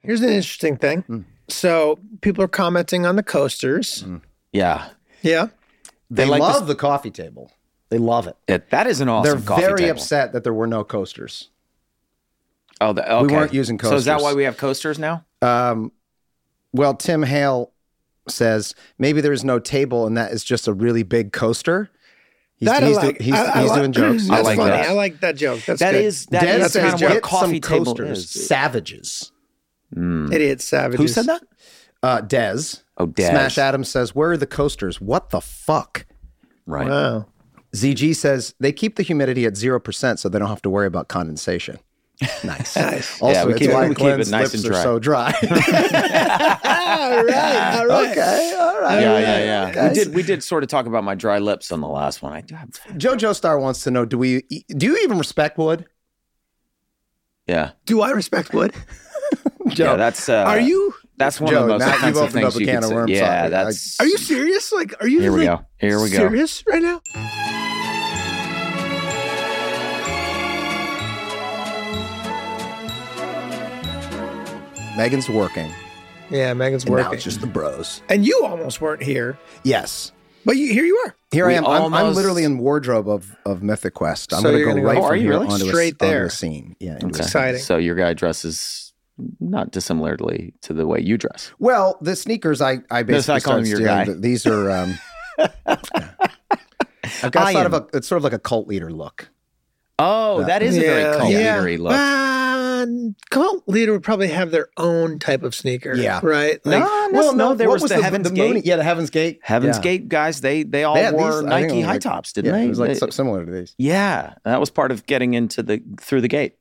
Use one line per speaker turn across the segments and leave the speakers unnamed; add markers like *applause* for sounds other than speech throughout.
Here's an interesting thing.
Hmm.
Mm.
So people are commenting on the coasters.
Yeah.
Yeah.
They,
like
love the coffee table. They love it.
That, that is an awesome
They're
coffee
very
table.
upset that there were no coasters.
Oh, the, okay.
weren't using
So is that
coasters.
why we have coasters now?
Um, well, Tim Hale says maybe there is no table, and that is just a really big coaster. He's,
That I
he's,
like.
do, he's,
I- I
he's
like-
doing
*laughs* *clears throat*
jokes.
That's
I like
funny.
that.
I like that joke. That's
That
good.
is that
Dan
is
says,
kind of what a
"Get
coffee
some
table
coasters,
is.
Savages.
idiot savages.
Who said that?
Uh, Dez.
Oh, Dez.
Smash Adams says, "Where are the coasters? What the fuck?"
Right.
Wow.
ZG says they keep the humidity at zero percent, so they don't have to worry
*laughs*
about condensation. Nice.
Nice.
Also,
Yeah, we
it's
keep it-
why
we keep it
Glenn's
nice
lips
and
are
dry.
so
*laughs*
dry. *laughs*
all *laughs* right. All right.
okay, all right.
yeah,
all right,
yeah, yeah.
guys.
We did we did sort of talk about my dry lips on the last one. I do have
JoJo Star wants to know: Do we? e, Do you even respect wood?
Yeah.
Do I respect wood?
*laughs*
Yeah, that's uh,
Are you
that's one
Joe,
of the most
now
offensive
you've opened
things
up a
you
can
could
of
say.
worms
Yeah,
on me.
that's
are you serious? Like are you
Here we
like,
go. Here we go.
serious right now?
Megan's working.
Yeah, Megan's
And now
working.
it's just the bros.
and you almost weren't here,
Yes.
but you here you are.
Here I
We
am. I'm- I'm,
almost-
literally in wardrobe of, of Mythic Quest. I'm
So
going to
you're
go
gonna go-
right
Oh,
from
are you
here
really?
onto a-
Straight
onto a,
there.
scene. Yeah. into
Okay.
a-
exciting.
So your guy dresses not dissimilarly to the way you dress.
Well, the sneakers I I basically
it's not
started
calling your
stealing,
guy.
but These
*laughs*
are. Um, I've got
I
sort of
am-
a it's sort of like a cult leader look.
Oh, that is a very cult leadery look.
Uh, cult leader would probably have their own type of sneaker.
Yeah.
right? Like,
no, no, no, there
what
was, the, Heaven's Gate.
Mooney- Yeah, the Heaven's Gate.
Heaven's
Yeah.
Gate guys, they they all
They had
wore
these, I think it
Nike
was
high
like-
tops, didn't
Yeah,
they?
it was like
They-
something similar to these.
Yeah, that was part of getting into the through the gate.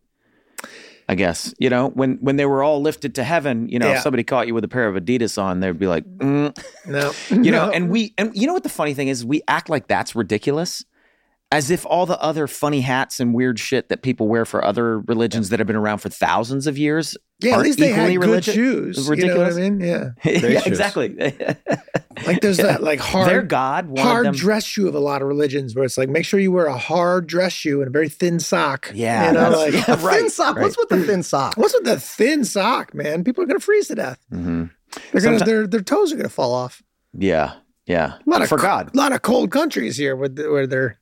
I guess you know when when they were all lifted to heaven. You know,
Yeah.
if somebody caught you with a pair of Adidas on, they'd be like, mm.
no,
you
*laughs*
know.
No.
And we and you know what the funny thing is, we act like that's ridiculous, as if all the other funny hats and weird shit that people wear for other religions that have been around for thousands of years. *laughs*
yeah, at
aren't
least they had
equally
good
religi-
shoes.
ridiculous.
You know what I mean? Yeah,
yeah,
shoes.
exactly. *laughs*
like there's that like
Their
hard
God wanted
hard
them.
dress shoe of a lot of religions where it's like make sure you wear a hard dress shoe and a very thin sock.
Yeah,
you know,
that's-
like
*laughs* yeah, right,
thin sock. What's with the thin sock?
what's with the thin sock, man? People are gonna freeze to death.
Mhm.
They're gonna
Someti-
their their toes are gonna fall off.
Yeah, yeah.
A lot of
for
co-
God.
a lot of cold countries here with the, where they're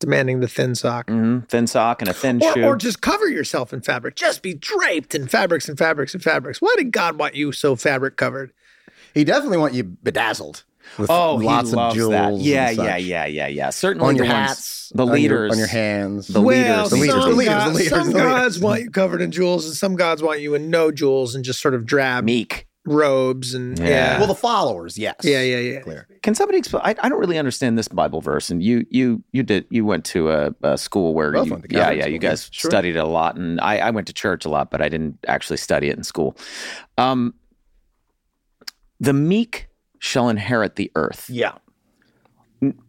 demanding the thin sock.
hmm Thin sock and a thin
Or,
shoe.
or just cover yourself in fabric. Just be draped in fabrics and fabrics and fabrics. Why did God want you so fabric covered?
He definitely want you bedazzled with
Oh, he
lots
loves
of jewels.
That.
and
Yeah,
such.
yeah, yeah, yeah, yeah. Certainly
On your
the ones-
hats,
the
on your-
leaders,
on your hands.
The leaders,
the leaders,
some,
the leaders,
God-
the leaders,
some
the leaders.
gods want you covered in jewels, and some gods want you in no jewels and just sort of drab
meek.
robes. And yeah,
Yeah.
well, the followers, yes.
yeah, yeah, yeah.
Clear.
Can somebody explain? I, I don't really understand this Bible verse, and you you you did you went to a, a school where
Both
you,
went to
yeah
Catholic
yeah you
school, yeah,
guys
sure.
studied it a lot, and I, I went to church a lot, but I didn't actually study it in school. Um, the meek shall inherit the earth.
Yeah.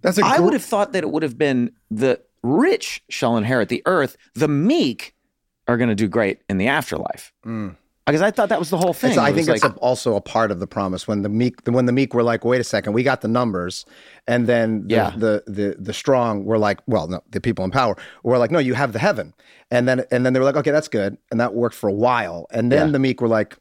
That's a
I
gr-
would have thought that it would have been the rich shall inherit the earth. The meek are going to do great in the afterlife.
Mm.
Because I thought that was the whole thing.
It's- I
It was
think it's
like-
a, also a part of the promise when the meek when the meek were like, wait a second, we got the numbers, and then the,
Yeah.
the, the the strong were like, well, no, the people in power were like, no, you have the heaven, and then and then they were like, okay, that's good, and that worked for a while, and then
Yeah.
the meek were like,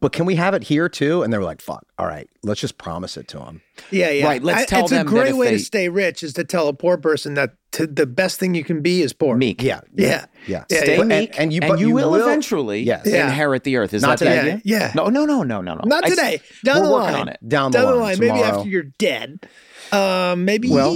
but can we have it here too? And they were like, fuck, all right, let's just promise it to them.
yeah, yeah.
Right, let's tell
it's
them
a
that
great
if
way to
they-
stay rich is to tell a poor person that to, the best thing you can be is poor.
meek.
Yeah,
Yeah.
yeah.
Yeah,
Stay
yeah.
And-
meek, and,
and you-
you,
but you
will,
will-
eventually
Yes.
Yeah.
inherit the earth. Is
Not
that the
today.
idea?
Yeah.
No, no, no, no, no, no.
Not
I-
today. Down
we're
the
working
line.
on it.
Down the
Down
line,
Maybe
tomorrow.
after you're dead. Um, maybe
Well-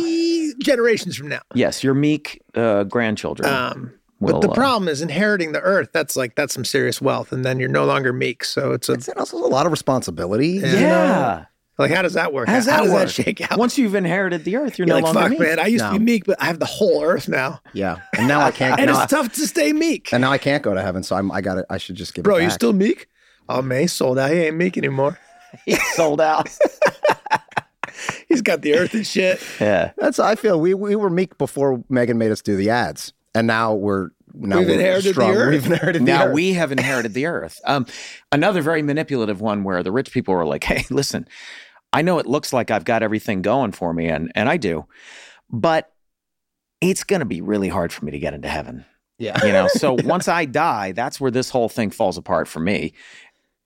generations from now.
Yes, your meek uh, grandchildren.
Um,
will,
but the
uh,
problem is inheriting the earth. That's like that's some serious wealth, and then you're no longer meek. So it's a
It's also a lot of responsibility.
Yeah.
yeah.
you like, how does that work?
How does that
does
work?
that shake out?
Once you've inherited the earth, you're,
you're
no
like,
longer
fuck,
meek. *laughs*
man. I used
No.
to be meek, but I have the whole earth now,
Yeah, and now
*laughs*
I can't.
and
now, I,
it's tough to stay meek.
and now I can't go to heaven, so I'm. I got it. I should just give.
Bro,
it back.
you still meek? Oh man, he's sold out. He ain't meek anymore. *laughs*
sold out.
He's got the earth and shit.
yeah.
That's how I feel. We we were meek before Megan made us do the ads, and now we're now
We've
we're
inherited the
strong.
earth.
We've inherited *laughs* the
Now
earth.
we have inherited the earth. Um, another very manipulative one where the rich people were like, hey, listen, I know it looks like I've got everything going for me, and, and I do, but it's going to be really hard for me to get into heaven.
*laughs* Yeah.
you know so once i die that's where this whole thing falls apart for me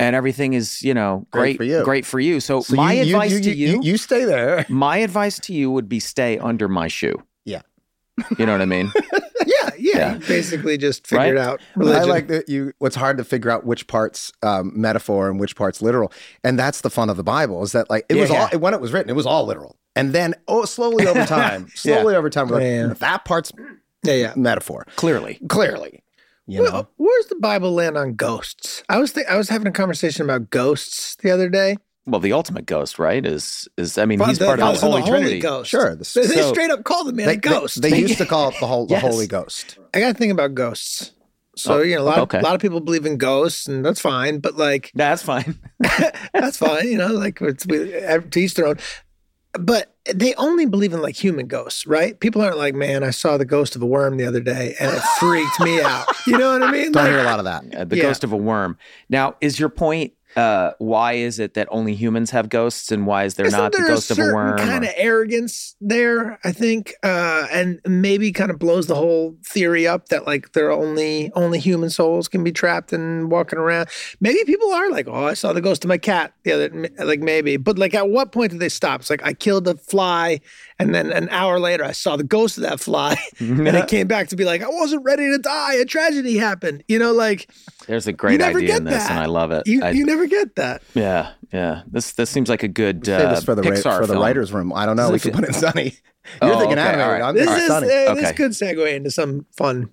and everything is you know
Great
great
for you.
great for you so,
So
my advice to you,
you, stay there. *laughs*
my advice to you would be stay under my shoe
Yeah.
you know what i
*laughs*
mean
Yeah, yeah.
Yeah.
You basically just figured
Right?
out religion.
I like that you. What's hard to figure out which parts um, metaphor and which parts literal, and that's the fun of the Bible is that like it
Yeah,
was
yeah.
all when it was written, it was all literal, and then oh,
*laughs*
slowly over time, slowly over time, we're like,
Yeah, yeah.
that part's
yeah, yeah.
metaphor
clearly
clearly. You
Well,
know,
where's the Bible land on ghosts? I was think I was having a conversation about ghosts the other day.
well the ultimate ghost right is is i mean
But
he's part of
Father-
the holy trinity
Ghost.
sure. This,
They, they
So-
straight up call the man
they,
a ghost.
They, they used to call it the,
*laughs*
whole,
Yes.
the Holy Ghost.
I got to think about ghosts. So
Oh,
you know, a lot,
okay.
of, a lot of people believe in ghosts, and that's fine. But like,
Yeah, that's fine *laughs*
that's fine. You know, like it's we, to each their own. But they only believe in like human ghosts, right? People aren't like, man, I saw the ghost of a worm the other day, and it freaked me out. You know what I mean?
Don't
Like,
hear a lot
*laughs*
of that.
Uh, the
Yeah.
ghost of a worm now is your point uh, why is it that only humans have ghosts and why is there
Isn't
not the
there
ghost
a
of a
certain
worm
Kind
or-
of arrogance there, I think, uh, and maybe kind of blows the whole theory up that like there are only only human souls can be trapped and walking around. Maybe people are like, oh, I saw the ghost of my cat the other, like maybe, but like at what point did they stop? It's like I killed a fly, and then an hour later I saw the ghost of that fly, *laughs* and it came back to be like I wasn't ready to die. A tragedy happened, you know, like
*laughs* There's
*laughs*
a great
never
idea
get
in this,
that.
and I love it.
you
I-
you never get that.
yeah, yeah. This this seems like a good
Save
uh,
this for the, ra-
Pixar
for the
film.
writers' room. I don't
This
know. We
is
can
like-
put in Sunny.
Oh,
You're thinking
okay,
animated.
all right. *laughs*
I'm
This
thinking
is
Sunny.
uh, this
Okay.
could segue into some fun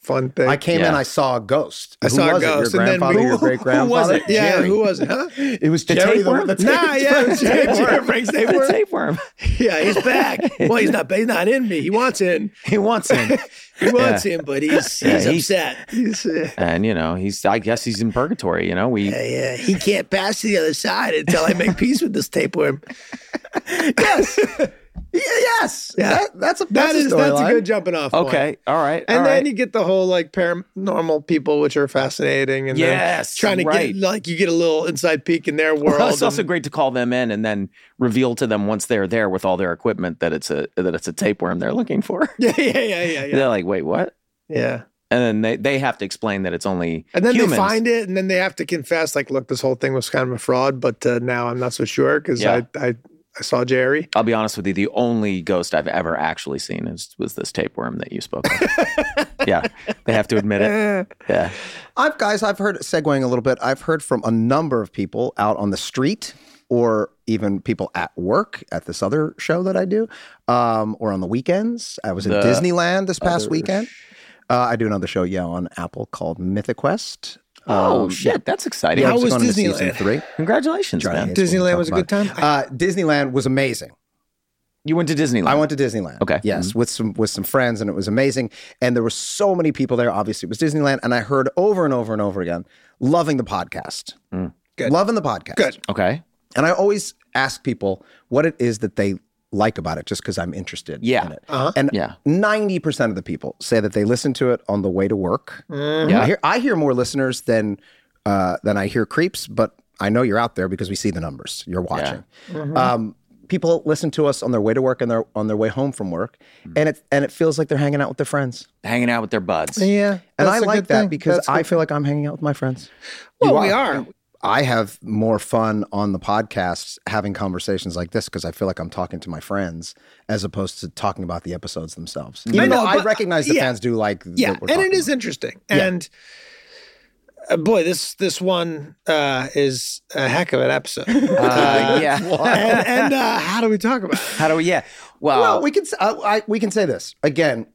fun thing.
I came in.
Yeah.
I saw a ghost.
I
Who
saw
was
a
it?
ghost,
Your
and then
grandfather.
we,
your great grandfather.
Yeah, who was it?
*laughs*
Huh?
It was Jerry the
tapeworm?
one that
nah, yeah, it was Jerry, Jerry Frank's
The
tapeworm.
*laughs*
tapeworm.
*laughs* Yeah, he's back. Well, he's not. He's not in me. He wants in.
He wants him,
He wants in, but he's
Yeah,
he's
he's-
upset. He's, uh,
*laughs* and you know he's. I guess he's in purgatory. You know
*laughs*
we.
yeah, yeah, he can't pass to the other side until I make peace with this tapeworm. yes,
Yeah, yes.
Yeah.
*laughs* That, that's a
that
that's
is
a
that's a
storyline.
good jumping off. point.
Okay, all right,
And
all
then
right.
you get the whole like paranormal people, which are fascinating, and then
yes,
trying to
right.
get like you get a little inside peek in their world.
Well, it's also
and- *laughs*
great to call them in and then reveal to them once they're there with all their equipment that it's a that it's a tapeworm they're looking for. *laughs*
yeah, yeah, yeah, yeah, yeah,
They're like, wait, what?
yeah.
And then they, they have to explain that it's only
And then
humans.
they find it, and then they have to confess, like, look, this whole thing was kind of a fraud, but uh, now I'm not so sure because
Yeah.
I, I I saw Jerry.
I'll be honest with you. The only ghost I've ever actually seen is was this tapeworm that you spoke of. yeah, they have to admit it.
Eh.
Yeah,
I've guys, I've heard segueing a little bit. I've heard from a number of people out on the street, or even people at work at this other show that I do, um, or on the weekends. I was in
The
Disneyland this past
other
weekend. Uh, I do another show, yeah, on Apple called Mythic Quest.
Oh
Um,
shit, that's exciting!
Yeah,
How
it's
was
going into season
Disneyland?
three.
Congratulations,
Johnny
man!
That's what we
Disneyland
talk
was a good time.
Uh, Disneyland was amazing.
You went to Disneyland.
I went to Disneyland.
Okay. Mm-hmm.
Yes, with some with some friends, and it was amazing. And there were so many people there. Obviously, it was Disneyland, and I heard over and over and over again, loving the podcast,
Mm.
Good.
loving the podcast.
Good.
Okay.
And I always ask people what it is that they like about it, just because I'm interested.
Yeah.
In it.
Uh-huh.
And
Yeah.
ninety percent of the people say that they listen to it on the way to work.
Mm.
Yeah.
I hear I hear more listeners than uh, than I hear creeps, but I know you're out there because we see the numbers. You're watching.
Mhm.
Um, people listen to us on their way to work and their on their way home from work, and it and it feels like they're hanging out with their friends.
Hanging out with their
*laughs*
buds. Uh,
yeah,
And
that's
I
a
like
good
that
thing.
because
That's
I
good.
feel like I'm hanging out with my friends.
well,
you
we
are.
are.
I have more fun on the podcast having conversations like this because I feel like I'm talking to my friends as opposed to talking about the episodes themselves. Even
No,
though
no,
I
but-
recognize the
yeah.
fans do like
Yeah,
what we're
and it
talking
is interesting.
Yeah.
And uh, boy, this this one uh, is a heck of an
*laughs*
episode.
Uh,
*laughs*
yeah.
and and uh, how do we talk about it?
How do we? Yeah. Well,
Well, we can s- I, I, we can say this again.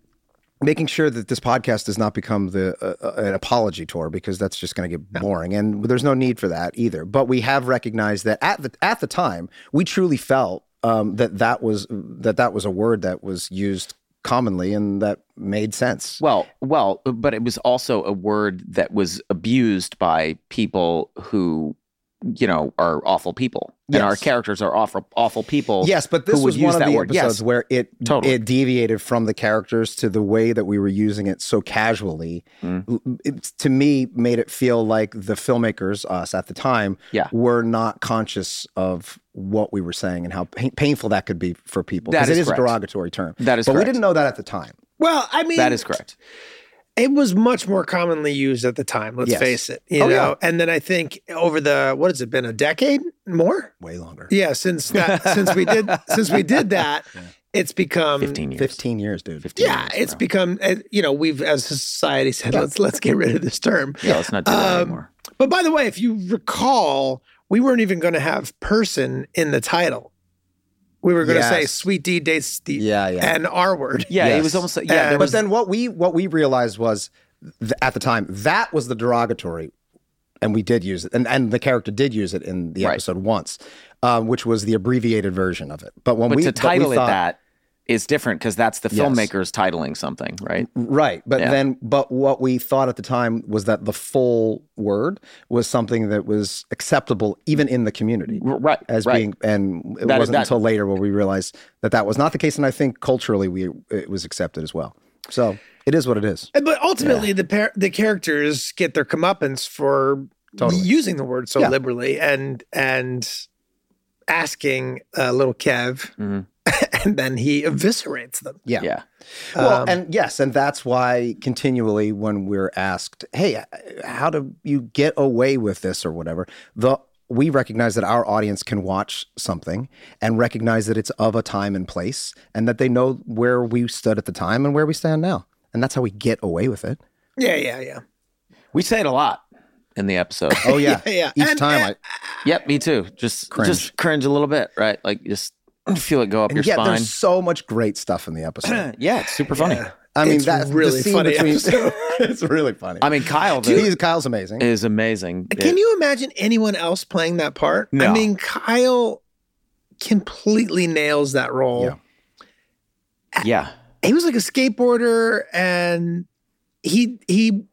Making sure that this podcast does not become the uh, uh, an apology tour because that's just going to get boring, and there's no need for that either. But we have recognized that at the at the time, we truly felt um, that that was that that was a word that was used commonly and that made sense.
Well, well, but it was also a word that was abused by people who, you know, are awful people,
Yes.
and our characters are awful, awful people.
Yes, but this
would
was
use
one of
that
the
word. Yes.
episodes where it
Totally.
it deviated from the characters to the way that we were using it so casually.
Mm.
L- It, to me, made it feel like the filmmakers, us at the time,
Yeah.
were not conscious of what we were saying and how pain, painful that could be for people.
That
Because
is
it is a
correct.
derogatory term,
that is
but we
correct.
didn't know that at the time.
Well, I mean,
That is correct.
it was much more commonly used at the time. Let's
Yes.
face it. You
Oh,
know,
yeah.
and then I think over the what has it been a decade more?
Way longer.
Yeah, since
*laughs*
that since we did since we did that, it's become
15 years.
15 years, dude.
15
Yeah,
years,
it's
bro.
become uh, you know we've as a society said let's let's get rid of this term.
Yeah, let's not do that
Um,
anymore.
But by the way, if you recall, we weren't even going to have person in the title. We were going to say
Yes.
sweet D dates the
Yeah, yeah.
and R word.
Yeah, it
Yes.
was almost like, yeah,
And-
there
but
was,
then what we what we realized was th- at the time that was the derogatory and we did use it and, and the character did use it in the
Right.
episode once um, which was the abbreviated version of it but when
but
we
to
but we
title it
thought-
that is different because that's the
Yes. Mm-hmm.
filmmakers titling something, right?
right but
Yeah.
then but what we thought at the time was that the full word was something that was acceptable even in the community
R- Right.
as
right.
being and it
That-
wasn't
that-
until later when we realized that that was not the case and i think culturally we it was accepted as well so it is what it is
And- But ultimately, the par- the characters get their comeuppance for
Totally.
using the word so
Yeah.
liberally and and asking uh, little Kev, *laughs*
Mhm.
and then he eviscerates them.
yeah
yeah.
Well,
Um,
and yes, and that's why continually when we're asked, "Hey, uh, how do you get away with this or whatever?" the we recognize that our audience can watch something and recognize that it's of a time and place and that they know where we stood at the time and where we stand now. And that's how we get away with it.
Yeah, yeah, yeah,
We say it a lot in the
*laughs*
episode.
Oh yeah.
*laughs* yeah, yeah.
Each
And-
time
and-
yep, me too. Just
Cringe.
just cringe a little bit, right? Like just feel it go up
I
your
and yet
spine.
there's so much great stuff in the episode.
*clears throat* yeah, it's super funny.
Yeah.
I mean
It's
that's
really
the scene
funny
between
episode.
*laughs* it's really funny.
I mean, Kyle though,
He's Kyle's amazing.
is amazing.
Uh, Can you imagine anyone else playing that part? I
No.
mean, Kyle completely nails that role.
Yeah.
Yeah.
He was like a skateboarder and he he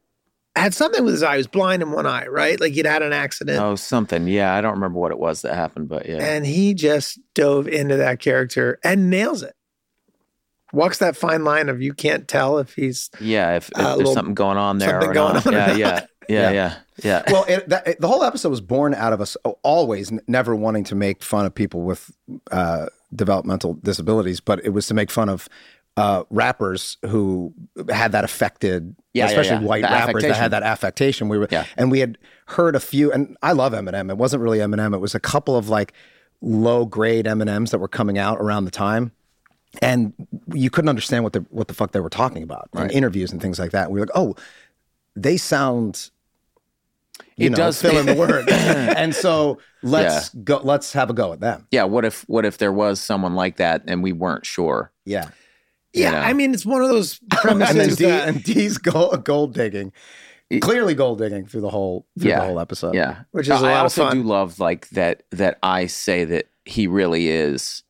had something with his eye. He was blind in one eye, right? Like he'd had an accident.
Oh, something. Yeah, I don't remember what it was that happened, but yeah.
And he just dove into that character and nails it. Walks that fine line of you can't tell if he's
Yeah, if, if
Uh,
there's
little-
something going on there
something
or
going
not.
on or
yeah,
not.
yeah, yeah, yeah, yeah,
well, it, that, it- the whole episode was born out of us always n- never wanting to make fun of people with uh, developmental disabilities, but it was to make fun of uh, rappers who had that affected,
Yeah, yeah,
especially
yeah.
white
The
rappers that
affectation.
had that affectation. We were,
Yeah.
and we had heard a few, and I love Eminem. It wasn't really Eminem; it was a couple of like low grade M&Ms that were coming out around the time and you couldn't understand what the what the fuck they were talking about in interviews and things like that. And we were like, oh, they sound. You
It
know,
does-
fill in
*laughs*
the word, and so let's go. Let's have a go at them.
yeah. What if what if there was someone like that and we weren't sure? *laughs*
Yeah,
Yeah,
know.
I mean it's one of those premises
and then D,
that
and D's gold, gold digging, clearly gold digging through the whole through
Yeah.
the whole
Uh,
episode.
Yeah,
Which is
I
a lot of
also
fun.
do love like that that I say that he really is.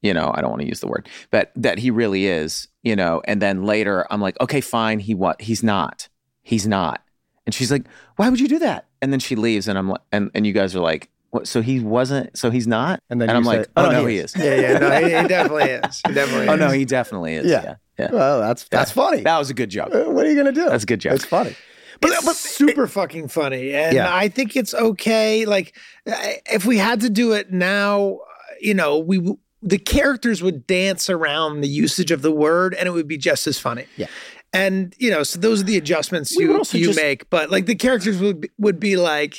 You know, I don't want to use the word, but that he really is. You know, and then later I'm like, okay, fine. He what? He's not. He's not. And she's like, why would you do that? And then she leaves, and I'm like, and and you guys are like, what? So he wasn't. So he's not.
And then
and
you
I'm
say,
like, oh, no, he is.
*laughs* Yeah, yeah, no, he, he definitely is. He definitely
Oh
is.
no, he definitely is.
Yeah.
Yeah, yeah.
Well, that's that's funny.
That was a good joke.
Uh, what are you gonna do?
That's a good joke.
It's funny.
but, it's super fucking funny and
Yeah.
i think it's okay like I- if we had to do it now uh, you know we w- the characters would dance around the usage of the word and it would be just as funny
Yeah.
and you know so those are the adjustments
We would
you
also
you
just-
make but like the characters would be, would be like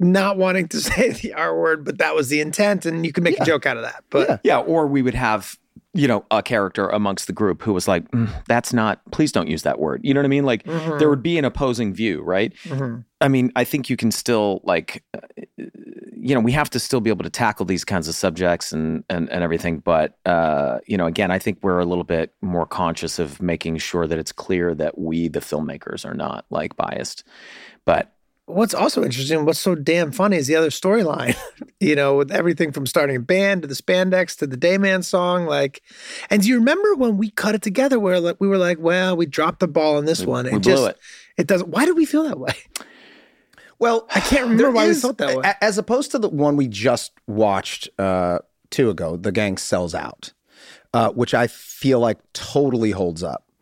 not wanting to *laughs* say the r word but that was the intent and you can make a joke out of that but
Yeah.
Yeah, or we would have, you know, a character amongst the group who was like, "Mm, that's not, please don't use that word. You know what I mean? Like, there would be an opposing view, right?
Mhm.
I mean, I think you can still, like, uh, you know, we have to still be able to tackle these kinds of subjects and, and, and everything. But, uh, you know, again, I think we're a little bit more conscious of making sure that it's clear that we, the filmmakers, are not like biased. But
what's also interesting, what's so damn funny is the other storyline, *laughs* you know, with everything from starting a band to the spandex to the Dayman song. Like, and do you remember when we cut it together where like, we were like, well, we dropped the ball on this one.
we
It
blew
just,
it.
doesn't, why did we feel that way? *laughs*
Well,
I can't remember
there
why we
is-
felt that way.
a- As opposed to the one we just watched uh, two ago, The Gang Sells Out, uh, which I feel like totally holds up.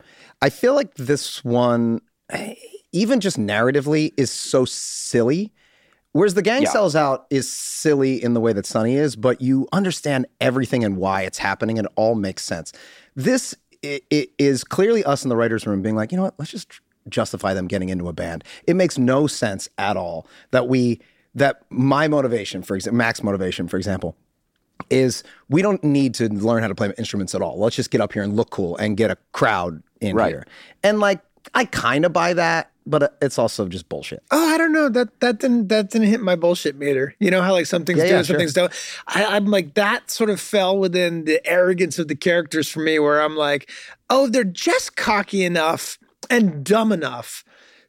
I feel like this one, eh, even just narratively, is so silly. Whereas The Gang
Yeah.
Sells Out is silly in the way that Sunny is, but you understand everything and why it's happening, and it all makes sense. This it, it is clearly us in the writers' room being like, you know what? Let's just tr- justify them getting into a band. It makes no sense at all that we that my motivation, for example, Max motivation, for example, is we don't need to learn how to play instruments at all. Let's just get up here and look cool and get a crowd in
Right.
here. And like, I kind of buy that, but uh, it's also just bullshit.
Oh, I don't know. That that didn't that didn't hit my bullshit meter. You know how like some things
Yeah,
do
yeah,
and some
sure.
things don't. I, I'm like that sort of fell within the arrogance of the characters for me, where I'm like, oh, they're just cocky enough and dumb enough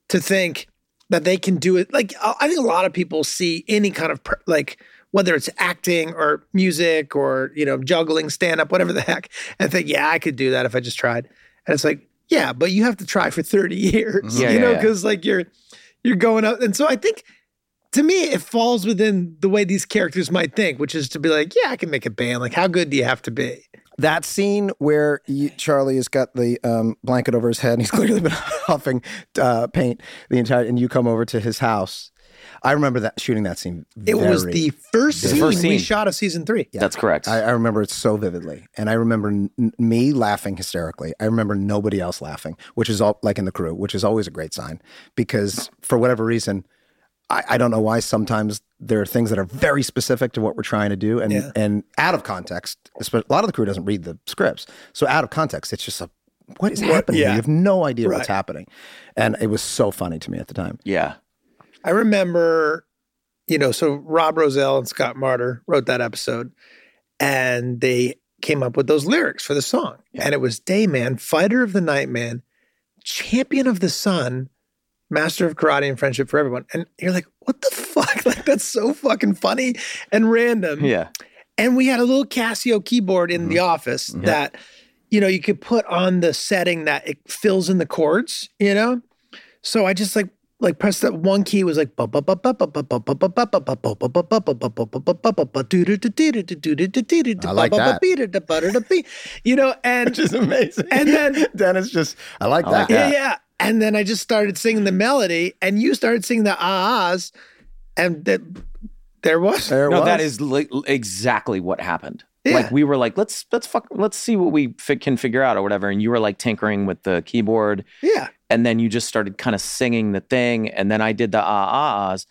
to think that they can do it. Like I I think a lot of people see any kind of per- like whether it's acting or music or you know juggling stand up whatever the heck and think yeah I could do that if I just tried and it's like yeah but you have to try for 30 *laughs* years
Yeah,
you
yeah,
know
yeah.
cuz like you're you're going up and so I think to me it falls within the way these characters might think which is to be like yeah I can make a band like how good do you have to be
That scene where you, Charlie has got the um, blanket over his head and he's *laughs* clearly been huffing uh, paint the entire, and you come over to his house. I remember that shooting that scene.
it was
very-
the first,
The
scene
first
we
scene.
shot of season 3
Yeah.
That's correct.
I, I remember it so vividly, and I remember n- n- me laughing hysterically. I remember nobody else laughing, which is all like in the crew, which is always a great sign because for whatever reason, I, I don't know why. Sometimes there are things that are very specific to what we're trying to do, and
Yeah.
and out of context. espe- A lot of the crew doesn't read the scripts, so out of context, it's just a what is
What-
happening?
yeah.
You have no idea what's
Right.
happening, and it was so funny to me at the time. *laughs*
yeah.
I remember, you know, so Rob Rosell and Scott Martyr wrote that episode and they came up with those lyrics for the song.
Yeah.
And it was Dayman, Fighter of the Nightman, Champion of the Sun, Master of Karate and Friendship for Everyone. And you're like, what the fuck? *laughs* Like, that's so fucking funny and random.
Yeah.
And we had a little Casio keyboard in the office that, you know, you could put on the setting that it fills in the chords, you know? So I just like like pressed that one key was like you know and
is amazing.
And then-
*laughs* Dennis just, I like
I
that.
like
yeah
that.
yeah and then I just started singing the melody and you started singing the ahs and that there was
There it
No, that
was.
is li- exactly what happened.
Yeah.
Like we were like, let's let's fuck, let's see what we fi- can figure out or whatever. And you were like tinkering with the keyboard,
yeah
and then you just started kind of singing the thing, and then I did the ah ah ahs,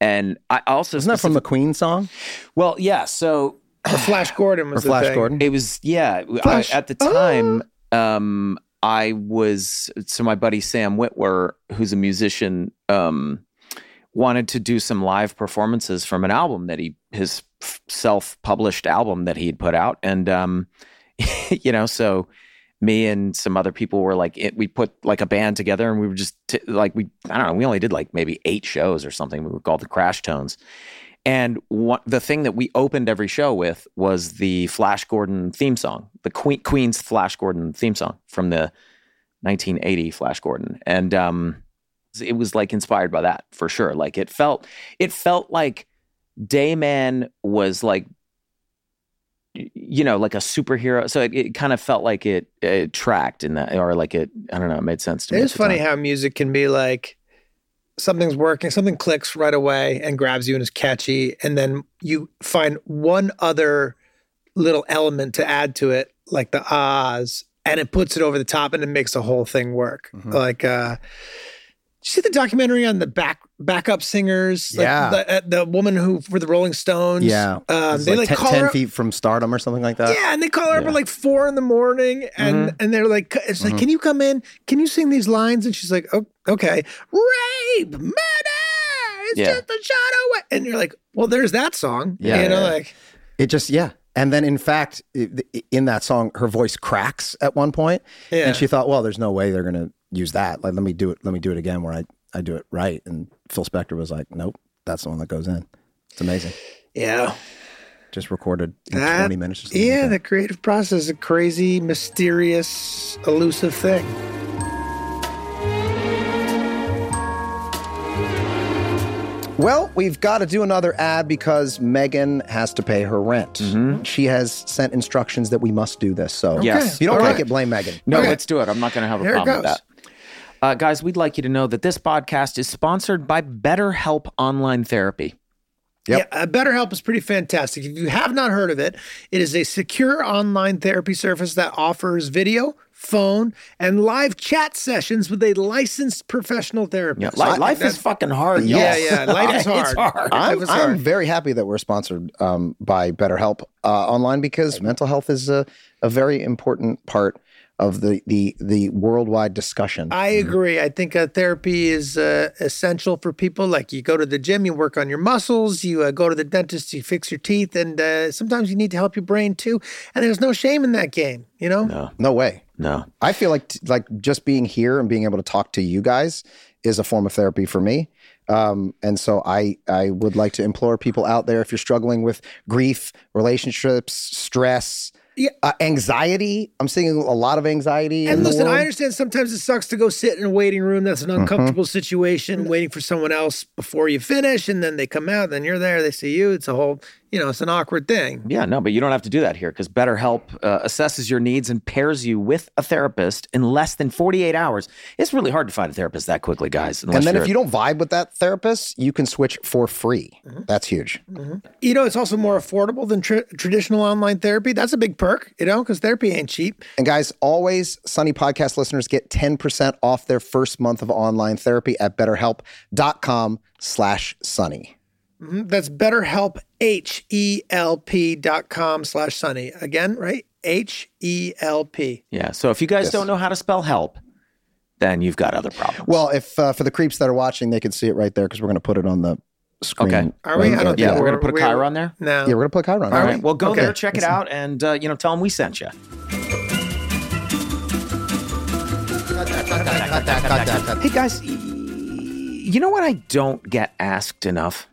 and I also
Isn't that from the Queen song?
specif- well, yeah. So
or Flash Gordon was
or
the
Flash
thing.
Gordon.
It was yeah. I-
Flash.
at the time, um, I was so my buddy Sam Whitwer, who's a musician, um, wanted to do some live performances from an album that he his self published album that he had put out, and um, *laughs* you know, so me and some other people were like it, we put like a band together and we were just t- like we i don't know we only did like maybe eight shows or something we were called the crash tones and what the thing that we opened every show with was the Flash Gordon theme song, the Queen, Queen's Flash Gordon theme song from the 1980 Flash Gordon, and um, it was like inspired by that for sure. Like it felt, it felt like Dayman was like, y- you know, like a superhero. So it, it kind of felt like it, it tracked in that, or like it, I don't know, it made sense to me.
It
at
is
the
funny
time.
how music can be like something's working, something clicks right away and grabs you and is catchy, and then you find one other little element to add to it, like the ahs, and it puts it over the top and it makes the whole thing work.
Mhm.
Like, uh, did you see the documentary on the back backup singers? Like
Yeah.
the, uh, the woman who for the Rolling Stones.
Yeah.
um,
It's
they like,
like, ten-
call
10
her,
feet from stardom or something like that.
yeah, and they call her up
Yeah.
at like four in the morning, and and they're like, it's like, can you come in? Can you sing these lines? And she's like, oh, okay, rape, murder, it's
Yeah.
just a shadow. wa-" And you're like, well, there's that song.
Yeah,
you know,
yeah, yeah.
like
It just, yeah. And then, in fact, i- i- in that song, her voice cracks at one point,
yeah,
and she thought, "Well, there's no way they're gonna use that. Like, let me do it. Let me do it again, where I, I do it right." And Phil Spector was like, "Nope, that's the one that goes in." It's amazing.
yeah,
Just recorded in
That-
20 minutes. Or something like
yeah.
that.
The creative process is a crazy, mysterious, elusive thing.
Well, we've got to do another ad because Megan has to pay her rent. She has sent instructions that we must do this. So
Yes.
if you don't
All
like
right.
it, blame Megan.
No,
Okay.
let's do it. I'm not going to have a
Here it
problem with
goes.
that. Uh, guys, we'd like you to know that this podcast is sponsored by BetterHelp Online Therapy.
Yep.
Yeah, uh, BetterHelp is pretty fantastic. If you have not heard of it, it is a secure online therapy service that offers video, phone, and live chat sessions with a licensed professional
Yeah,
therapist.
li-
I think
life
that's-
is fucking hard. y'all.
Yeah, yeah,
*laughs*
life
*laughs*
it's
is hard.
hard. Mm-hmm.
I'm,
was
I'm
hard.
very happy that we're sponsored um, by BetterHelp uh, online because mental health is a, a very important part of the the the worldwide discussion.
I agree. I think uh, therapy is uh, essential for people. Like you go to the gym, you work on your muscles, you uh, go to the dentist, you fix your teeth, and uh, sometimes you need to help your brain too. And there's no shame in that game, you know?
No,
no way.
no.
I feel like like just being here and being able to talk to you guys is a form of therapy for me. Um, and so I I would like to implore people out there if you're struggling with grief, relationships, stress,
Yeah.
uh, anxiety. I'm seeing a lot of anxiety. in
And
the
listen, I
world.
understand sometimes it sucks to go sit in a waiting room. That's an uncomfortable situation, waiting for someone else before you finish, and then they come out, then you're there, they see you. It's a whole, you know, it's an awkward thing.
Yeah, no, but you don't have to do that here because BetterHelp uh, assesses your needs and pairs you with a therapist in less than 48 hours. It's really hard to find a therapist that quickly, guys.
and then if you don't vibe with that therapist, you can switch for free.
Mm-hmm.
That's huge.
You know, it's also more affordable than tr traditional online therapy. That's a big perk, you know, because therapy ain't cheap.
And guys, always Sunny Podcast listeners get 10% off their first month of online therapy at betterhelp.com slash sunny.
Mhm. That's BetterHelp, H-E-L-P dot com slash Sunny. Again, right? E H-E-L-P.
yeah, so if you guys don't know how to spell help, then you've got other problems.
Well, if uh, for the creeps that are watching, they can see it right there because we're going to put it on the screen.
Okay.
Are we?
right
I don't
there.
yeah,
think
we're gonna
we're-
put a
we're-
Kyra on there.
No.
Yeah, we're going to put Chiron.
All
on.
right, well, go
Okay.
there, check it out, and uh, you know, tell them we sent you. Hey guys, y- you know what I don't get asked enough?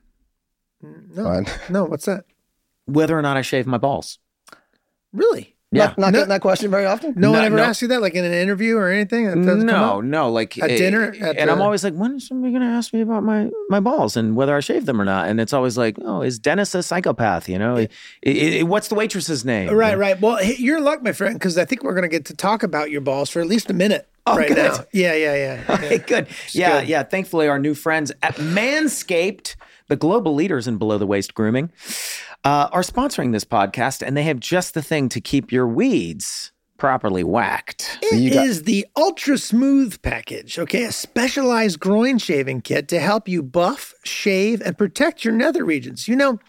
No, no, what's that?
Whether or not I shave my balls.
Really?
Yeah.
Not, not getting that question very often.
No, one
No,
ever
no.
asked you that, like in an interview or anything? That doesn't come
No,
up?
no, like
At
eh,
dinner, at
and I'm
the-
always like, when is somebody gonna ask me about my my balls and whether I shave them or not? And it's always like, oh, is Dennis a psychopath? You know, Eh, eh, eh, what's the waitress's name? *laughs*
Right, right. Well, hey, you're in luck, my friend, because I think we're going to get to talk about your balls for at least a minute
Oh,
right
good.
now. Yeah, yeah, yeah.
*laughs* Okay, good. yeah,
good.
yeah. Thankfully, our new friends at Manscaped, the global leaders in below the waist grooming, uh, are sponsoring this podcast, and they have just the thing to keep your weeds properly whacked.
It
you got-
is the ultra smooth package, okay? A specialized groin shaving kit to help you buff, shave, and protect your nether regions. You know,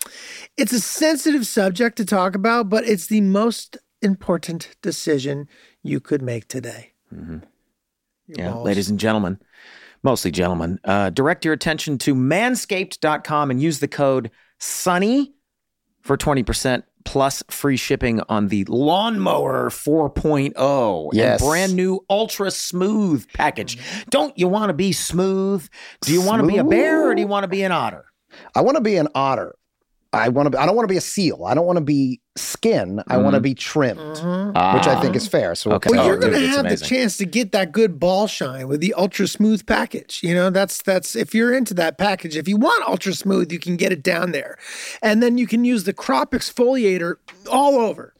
it's a sensitive subject to talk about, but it's the most important decision you could make today. Your
Mm-hmm. Yeah,
balls.
ladies and gentlemen, mostly gentlemen, uh, direct your attention to manscaped.com and use the code SUNNY for 20% plus free shipping on the lawnmower 4.0
Yes.
and brand new ultra smooth package. Don't you want to be smooth? Do you want to be a bear or do you want to be an otter?
I want to be an otter. I want to. Be, I don't want to be a seal. I don't want to be skin. I
Mm-hmm.
want to be trimmed,
Mm-hmm.
which I think is fair. So
Okay.
Well,
Oh,
you're going
dude,
to
it's
have the
amazing.
chance to get that good ball shine with the ultra smooth package. You know, that's that's if you're into that package. If you want ultra smooth, you can get it down there, and then you can use the crop exfoliator all over.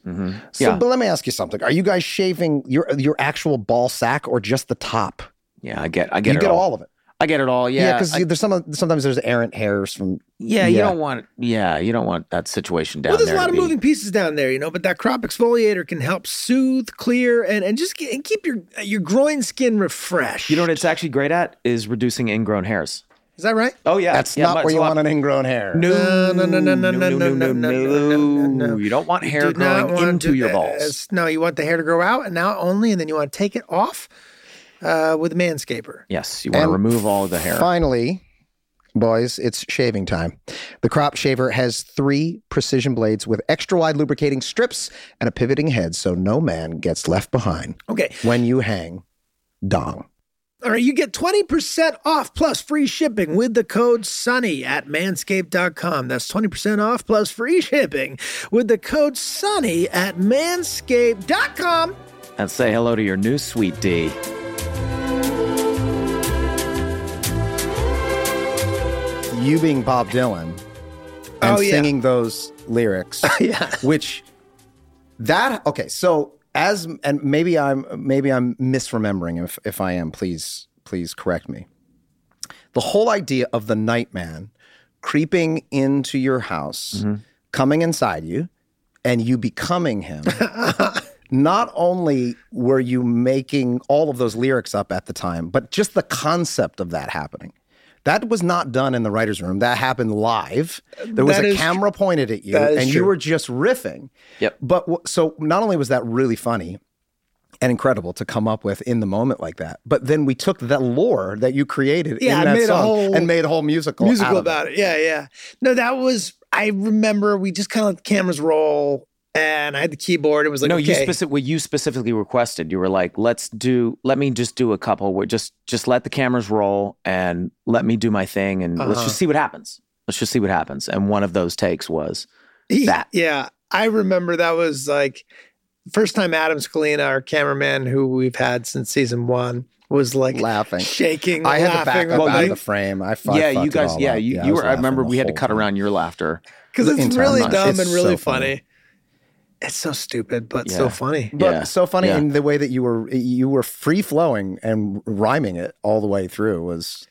So,
Yeah.
but let me ask you something: Are you guys shaving your your actual ball sack or just the top?
Yeah, I get I get
you
it
get all.
all.
of it.
I get it all.
Yeah,
Yeah.
because
I-
there's some sometimes there's errant hairs from.
yeah, you
yeah.
don't want yeah, you don't want that situation down
Well, there's
there.
a lot
to
of
be-
moving pieces down there, you know, but that crop exfoliator can help soothe, clear, and and just ke- and keep your your groin skin refreshed.
You know what it's actually great at is reducing ingrown hairs.
is that right?
Oh yeah,
That's
yeah,
not
it's a
where you
lot-
want an ingrown hair.
No,
No, no, no, no, no, no, no, no, no, no.
You don't want hair
Do not
growing
want
into
to-
your
uh,
balls.
s- No, you want the hair to grow out and out only, and then you want to take it off uh, with a manscaper.
Yes, you want to
And
remove all of the hair.
Finally, boys, it's shaving time. The crop shaver has three precision blades with extra wide lubricating strips and a pivoting head so no man gets left behind
Okay.
when you hang dong.
All right, you get 20% off plus free shipping with the code SUNNY at manscaped.com. That's 20% off plus free *laughs* shipping with the code SUNNY at manscaped.com.
And say hello to your new sweet D.
You being Bob Dylan and
Oh, yeah.
singing those lyrics,
*laughs* Yeah.
which that okay, so as and maybe I'm maybe I'm misremembering if if I am, please please correct me. the whole idea of the nightman creeping
Mm-hmm.
into your house, coming inside you, and you becoming him *laughs* not only were you making all of those lyrics up at the time, but just the concept of that happening. That was not done in the writer's room. That happened live. There was
That
a
is
camera pointed at you
That is
and you
true.
were just riffing.
Yep.
But w- so not only was that really funny and incredible to come up with in the moment like that, but then we took that lore that you created
Yeah,
in
I
that
made a
song
whole
and made a whole musical. out
musical
of it.
about it. Yeah, yeah. No, that was. I remember we just kind of let the cameras roll, and I had the keyboard. It was like,
no, you
okay.
specific. Well, you specifically requested. You were like, "Let's do. Let me just do a couple. Where just just let the cameras roll and let me do my thing, and let's
Uh-huh.
just see what happens. Let's just see what happens." And one of those takes was
He-
That.
Yeah, I remember that was like first time Adam Scalina, our cameraman, who we've had since season one, was like
*laughs*
laughing.
shaking.
I had to
laughing
back up
Well,
out of
they-
the frame. I fu- I
yeah.
fucked
You
it
guys,
all
yeah.
up.
You,
I
you
was
were. I
laughing
remember
the
we had to
whole
cut
time.
around your laughter.
because it's
Entire
really
night.
dumb
It's
and really
so funny.
funny. It's so stupid, but so
Yeah.
funny.
But
Yeah.
so funny
Yeah.
in the way that you were you were free flowing and rhyming it all the way through was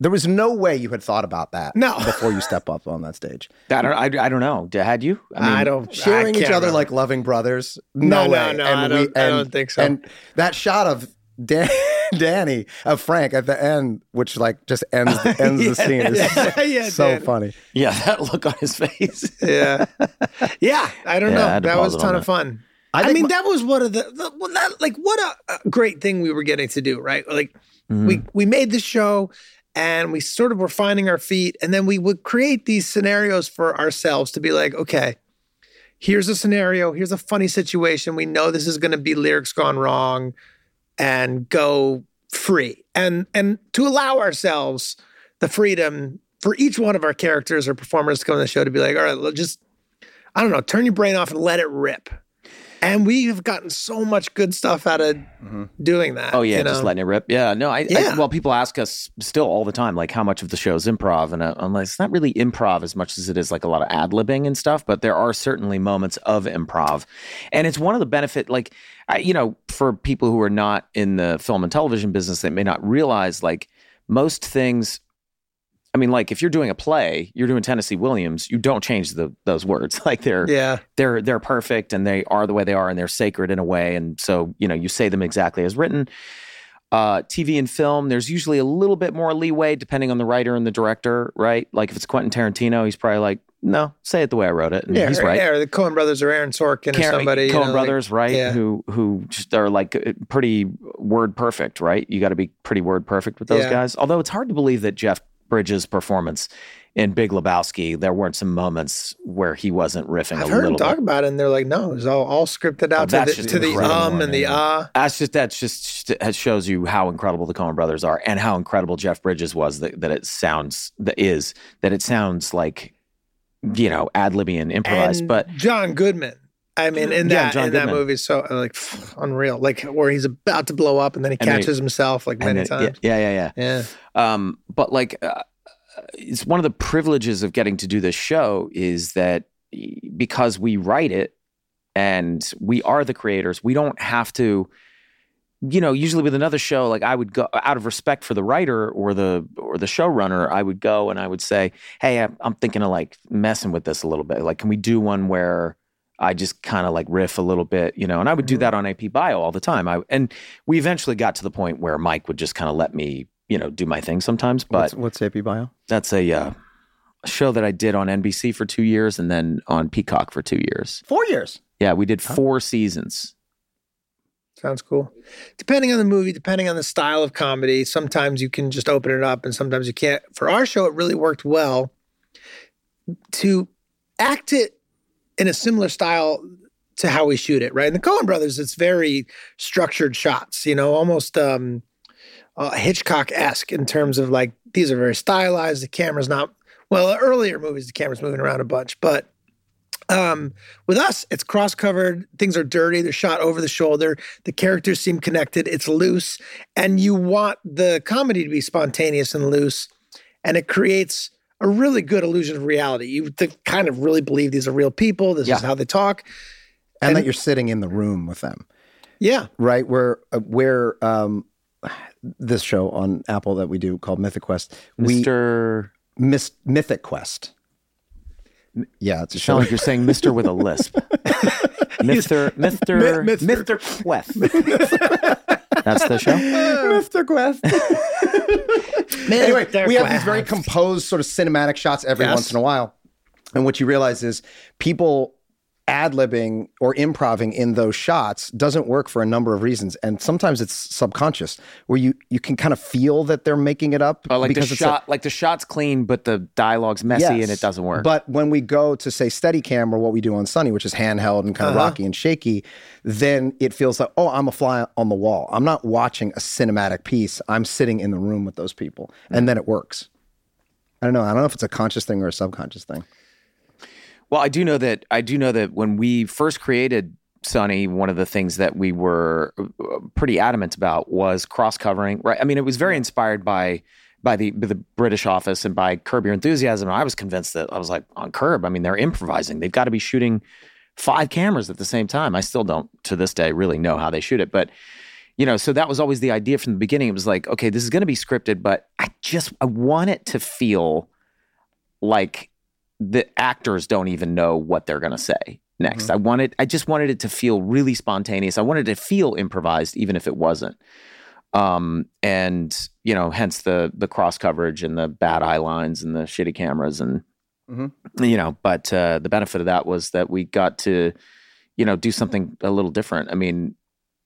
there was no way you had thought about that
No.
before you step up on that stage.
I don't. I, I don't know. Had you?
I, don't
Cheering
I
each
can't
other
remember. *laughs*
like loving brothers.
no, no,
No, way.
no. I, don't, I don't think so.
And that shot of Dan, *laughs* Danny of Frank at the end, which like just ends ends the scene, is
*laughs*
*laughs*
yeah, yeah,
so
Dan.
funny.
Yeah, *laughs* that look on his face.
*laughs*
yeah, yeah. I don't
Yeah, I
know.
had to
That was
pause
a
it
ton
on
of
that.
fun.
I,
I,
think
mean,
my-
that was one of the, the well, that, like what a, a great thing we were getting to do, right? Like
Mm-hmm.
we
Mm.
we made the show and we sort of were finding our feet, and then we would create these scenarios for ourselves to be like, okay, here's a scenario, here's a funny situation. We know this is going to be lyrics gone wrong, and go free, and and to allow ourselves the freedom for each one of our characters or performers to come on the show to be like, all right, let's just I don't know, turn your brain off and let it rip. And we have gotten so much good stuff out of doing that.
Oh yeah,
you
just
know?
letting it rip. Yeah, no, I,
Yeah.
I well, people ask us still all the time, like how much of the show is improv, and uh, I'm like, it's not really improv as much as it is like a lot of ad libbing and stuff. But there are certainly moments of improv, and it's one of the benefit, like I, you know, for people who are not in the film and television business, they may not realize like most things. I mean, like if you're doing a play, you're doing Tennessee Williams, you don't change the those words, *laughs* like they're
yeah.
they're they're perfect and they are the way they are and they're sacred in a way and so you know you say them exactly as written uh, TV and film, there's usually a little bit more leeway depending on the writer and the director, right? Like if it's Quentin Tarantino, he's probably like, no, say it the way I wrote it. And
Yeah,
he's
or-
right.
yeah, or the Cohen brothers or Aaron Sorkin or
Karen-
somebody. you
Coen
know, like-
Brothers, right?
yeah.
Who who just are like uh, pretty word perfect, right? You got to be pretty word perfect with those
Yeah.
guys. Although it's hard to believe that Jeff Bridges' performance in Big Lebowski, there weren't some moments where he wasn't riffing
I've
a
heard
little
them
bit. Oh,
talk about it, and they're like, no, it's all, all scripted out to
that's
the,
just
to the
incredible,
um and the
man.
ah.
That's just that's just that shows you how incredible the Coen Brothers are and how incredible Jeff Bridges was. That, that it sounds that is that it sounds like you know ad libbing improvised,
and
but
John Goodman. I mean, in
Yeah,
that
John
in that
Goodman.
movie, so like pff, unreal. Like where he's about to blow up, and then he
And then he-
catches himself like many
and it-
times.
yeah, yeah, yeah.
Yeah.
yeah. Um, but like, uh, it's one of the privileges of getting to do this show is that e, because we write it and we are the creators, we don't have to. you know, usually with another show, like I would go out of respect for the writer or the or the showrunner, I would go and I would say, "Hey, I'm, I'm thinking of like messing with this a little bit. Like, can we do one where I just kind of like riff a little bit, you know?" And I would do
Mhm.
that on AP Bio all the time. I and we eventually got to the point where Mike would just kind of let me, you know, do my thing sometimes. But
what's, what's AP bio?
that's a uh, show that I did on NBC for two years and then on Peacock for two years.
Four years.
Yeah, we did
Huh.
four seasons.
Sounds cool. Depending on the movie, depending on the style of comedy, sometimes you can just open it up and sometimes you can't. For our show, it really worked well to act it in a similar style to how we shoot it, right? And the Coen brothers, it's very structured shots, you know, almost um, uh, Hitchcock esque in terms of like these are very stylized. The camera's not, well, earlier movies, the camera's moving around a bunch, but um, with us, it's cross covered. Things are dirty. They're shot over the shoulder. The characters seem connected. It's loose. And you want the comedy to be spontaneous and loose. And it creates a really good illusion of reality. You th- kind of really believe these are real people. This
Yeah.
is how they talk.
And,
And-
that you're sitting in the room with them,
Yeah.
right? Where uh, where um, this show on Apple that we do called Mythic Quest, we
Mr.
Mis- Mythic Quest. Yeah, it's a
Sound
show.
*laughs* like you're saying Mister with a lisp. Mr. Mr.
Mi- Mr.
Mr. Quest. That's the show.
*laughs*
Mr. *laughs* Quest. anyway,
Mr.
we have these *laughs* very
Quest.
composed sort of cinematic shots every
Yes.
once in a while. And what you realize is people ad libbing or improving in those shots doesn't work for a number of reasons. And sometimes it's subconscious where you, you can kind of feel that they're making it up.
Oh, like the
it's a-
shot, like the shot's clean, but the dialogue's messy and
Yes.
it doesn't work.
But when we go to say steady cam or what we do on Sunny, which is handheld and
Uh-huh.
kind of rocky and shaky, then it feels like, oh, I'm a fly on the wall. I'm not watching a cinematic piece. I'm sitting in the room with those people.
Mm.
And then it works. I don't know. I don't know if it's a conscious thing or a subconscious thing.
Well, I do know that I do know that when we first created Sunny, one of the things that we were uh, pretty adamant about was cross covering. Right? I mean, it was very inspired by by the by the British office and by Curb Your Enthusiasm. I was convinced that I was like on Curb. I mean, they're improvising. They've got to be shooting five cameras at the same time. I still don't to this day really know how they shoot it, but you know, so that was always the idea from the beginning. It was like, okay, this is going to be scripted, but I just I want it to feel like the actors don't even know what they're going to say next.
Mm-hmm.
I wanted I just wanted it to feel really spontaneous. I wanted it to feel improvised even if it wasn't. Um and you know, hence the the cross coverage and the bad eye lines and the shitty cameras and
Mhm.
you know, but uh the benefit of that was that we got to you know, do something a little different. I mean,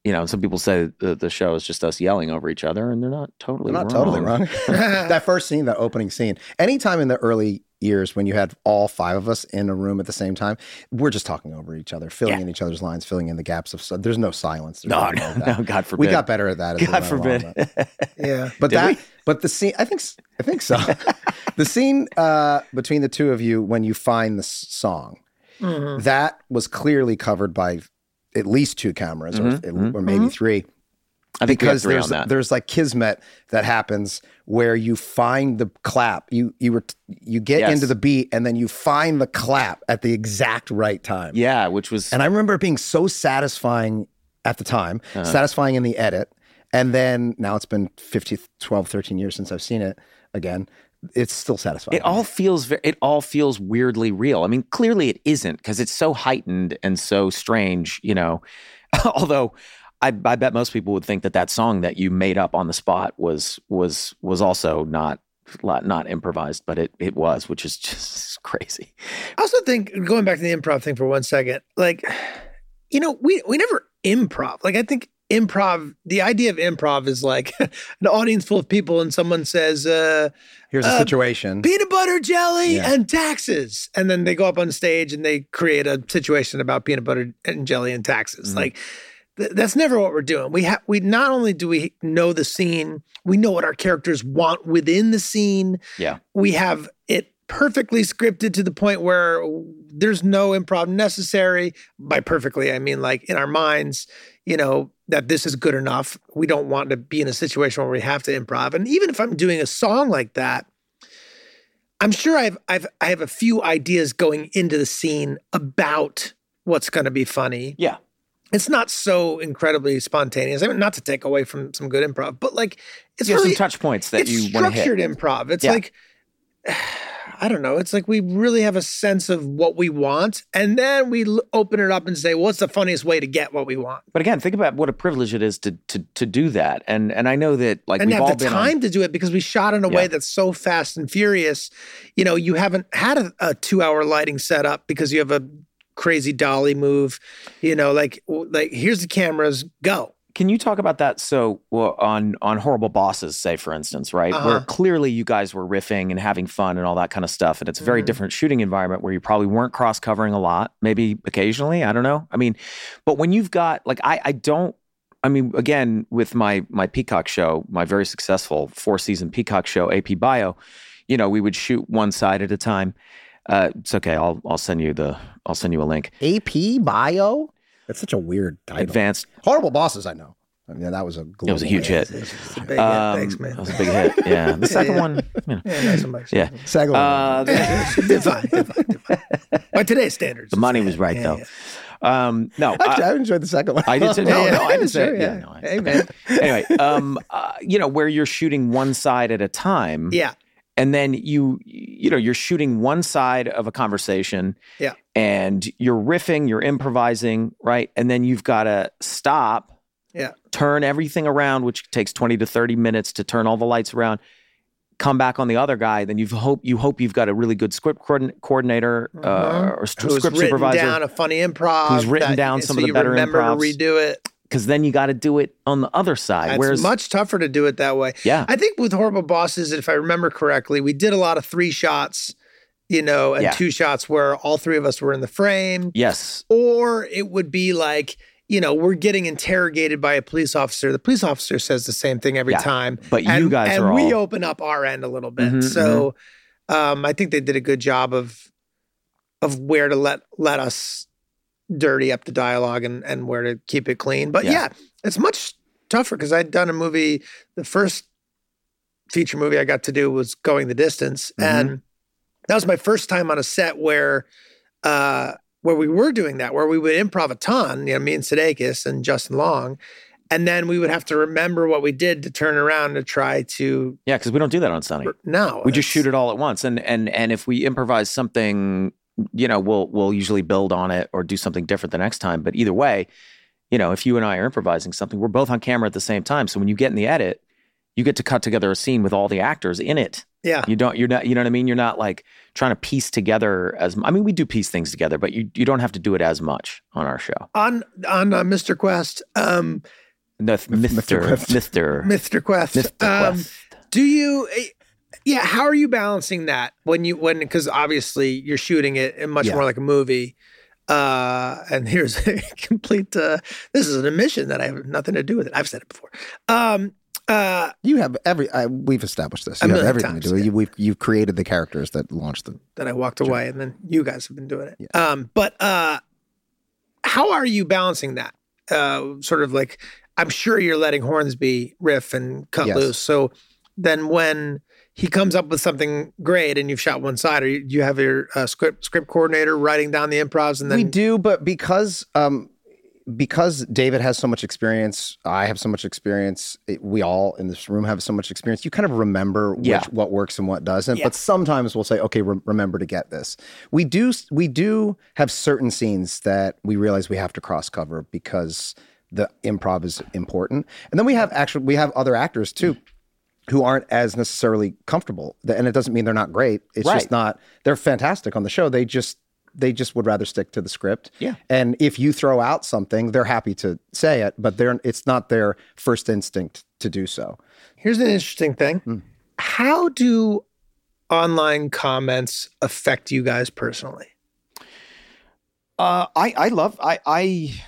you know, some people say the, the show is just us yelling over each other, and they're not totally
They're not totally wrong. *laughs* that first scene, that opening scene, anytime in the early years when you had all five of us in a room at the same time, we're just talking over each other, filling
Yeah.
in each other's lines, filling in the gaps of. So there's no silence.
*laughs*
There's
No,
nothing
no,
like that.
no, God forbid.
We got better at that. *laughs* As we
God
went along,
forbid.
but-
yeah.
*laughs*
But
Did
that,
we?
but the scene, I think, s- I think so. *laughs* the scene uh, between the two of you when you find the s- song,
Mhm.
Mm-hmm.
that was clearly covered by at least two cameras, or-
Mhm,
or,
mhm.
maybe
I
three,
think we have
because
three
there's
on that.
there's like kismet that happens where you find the clap. You you were you get
Yes.
into the beat and then you find the clap at the exact right time.
yeah, which was
And I remember it being so satisfying at the time,
Uh-huh.
satisfying in the edit. And then now it's been 50, 12, 13 years since I've seen it again. It's still satisfying.
it all feels very, it all feels weirdly real. I mean, clearly it isn't because it's so heightened and so strange, you know. *laughs* Although I, I bet most people would think that that song that you made up on the spot was was was also not not, not improvised, but it it was, which is *laughs* just crazy.
I also think going back to the improv thing for one second, like, you know, we we never improv. Like, I think improv, the idea of improv is like *laughs* an audience full of people, and someone says, uh,
Here's the
Uh,
situation.
peanut butter jelly
Yeah.
and taxes and then they go up on stage and they create a situation about peanut butter and jelly and taxes
Mhm.
like th- that's never what we're doing we have we not only do we know the scene we know what our characters want within the scene
Yeah.
we have it perfectly scripted to the point where there's no improv necessary by perfectly i mean like in our minds you know that this is good enough we don't want to be in a situation where we have to improv and even if i'm doing a song like that I'm sure I've I've I have a few ideas going into the scene about what's going to be funny.
Yeah.
It's not so incredibly spontaneous. I mean, not to take away from some good improv, but like it's
you have
really
some touch points that
it's
you want to hit.
structured improv. It's
Yeah.
like *sighs* I don't know. It's like we really have a sense of what we want, and then we l- open it up and say, "What's the funniest way to get what we want?"
But again, think about what a privilege it is to to to do that. And and I know that like
and
we've all
have the
been on-
time to do it because we shot in a
Yeah.
way that's so fast and furious. You know, you haven't had a, a two-hour lighting setup because you have a crazy dolly move. You know, like like here's the cameras, go.
can you talk about that so well, on on horrible bosses say for instance right where
Uh-huh.
clearly you guys were riffing and having fun and all that kind of stuff and it's a very
Mhm.
different shooting environment where you probably weren't cross covering a lot maybe occasionally i don't know i mean but when you've got like i i don't i mean again with my my peacock show my very successful four season peacock show ap bio you know we would shoot one side at a time uh, it's okay i'll i'll send you the i'll send you a link
AP bio? That's such a weird title.
advanced
Horrible bosses, I know. I mean, that was a global
It was a huge hit.
*laughs*
It's a big hit.
Um,
Thanks,
That
man.
was a big hit. Yeah. The second
yeah.
one, you know.
*laughs* Yeah, nice and much.
Yeah.
Sagal. *laughs*
Uh,
divine, divine, divine. By today's standards,
The money was right
Yeah,
though.
yeah.
Um, no,
Actually,
I,
I enjoyed the second one.
I did say no,
Yeah, *laughs*
*laughs*
no, I didn't
sure,
say yeah.
yeah.
no, I-
Hey, man.
Anyway, um, uh, you know where you're shooting one side at a time.
Yeah.
and then you you know you're shooting one side of a conversation
Yeah.
and you're riffing you're improvising right and then you've got to stop
Yeah.
turn everything around which takes 20 to 30 minutes to turn all the lights around come back on the other guy then you hope you hope you've got a really good script coordin- coordinator uh,
Mhm.
or st-
Who's
script
written
supervisor
down a funny improv?
Who's written
that-
down some
so
of the
you
better
remember to
improvs.
redo it.
because then you got to do it on the other side
It's
whereas
much tougher to do it that way.
yeah
I think with horrible bosses, if I remember correctly, we did a lot of three shots, you know, and
Yeah.
two shots where all three of us were in the frame,
yes
or it would be like. You know, we're getting interrogated by a police officer. The police officer says the same thing every
Yeah.
time.
but
and,
you guys
and
are
we
all mm-hmm.
open up our end a little bit.
Mhm,
so um, I think they did a good job of of where to let let us dirty up the dialogue and and where to keep it clean. But
Yeah.
yeah, it's much tougher because I'd done a movie. The first feature movie I got to do was Going the Distance,
Mhm.
and that was my first time on a set where. Uh, where we were doing that, where we would improv a ton, you know, me and Sudeikis and Justin Long, and then we would have to remember what we did to turn around to try to
yeah because we don't do that on Sunny.
no.
we just shoot it all at once and and and if we improvise something you know we'll we'll usually build on it or do something different the next time but either way you know if you and i are improvising something we're both on camera at the same time so when you get in the edit you get to cut together a scene with all the actors in it
Yeah,
you don't you're not you know what i mean you're not like trying to piece together as i mean we do piece things together but you you don't have to do it as much on our show
on on uh, Mr. Quest, um,
no,
Mr.
mr
Quest.
mr
Mr. Quest,
mr
um,
Quest.
do you? eh, Yeah, how are you balancing that when you when because obviously you're shooting it in much
Yeah.
more like a movie. Uh, and here's *laughs* a complete. Uh, this is an admission that I have nothing to do with it. I've said it before. Um, uh,
You have every. I, we've established this.
A
You have
million
everything
times,
to do. with
yeah.
You, we've you've created the characters that launched the.
then I walked
Sure.
away, and then you guys have been doing it. Um, but uh, how are you balancing that? Uh, sort of like I'm sure you're letting Hornsby riff and cut
Yes.
loose. So then when he comes up with something great and you've shot one side, or you, you have your uh, script script coordinator writing down the improvs, and then
we do, but because um, because David has so much experience, I have so much experience. It, we all in this room have so much experience. You kind of remember which,
Yeah.
what works and what doesn't.
Yeah.
But sometimes we'll say, okay, re- remember to get this. We do we do have certain scenes that we realize we have to cross cover because the improv is important. And then we have actually we have other actors too who aren't as necessarily comfortable. Th- And it doesn't mean they're not great. It's
Right.
just not they're fantastic on the show. They just they just would rather stick to the script.
Yeah.
And if you throw out something, they're happy to say it, but they're it's not their first instinct to do so.
Here's an interesting thing.
Hmm.
How do online comments affect you guys personally?
Uh, I I love I I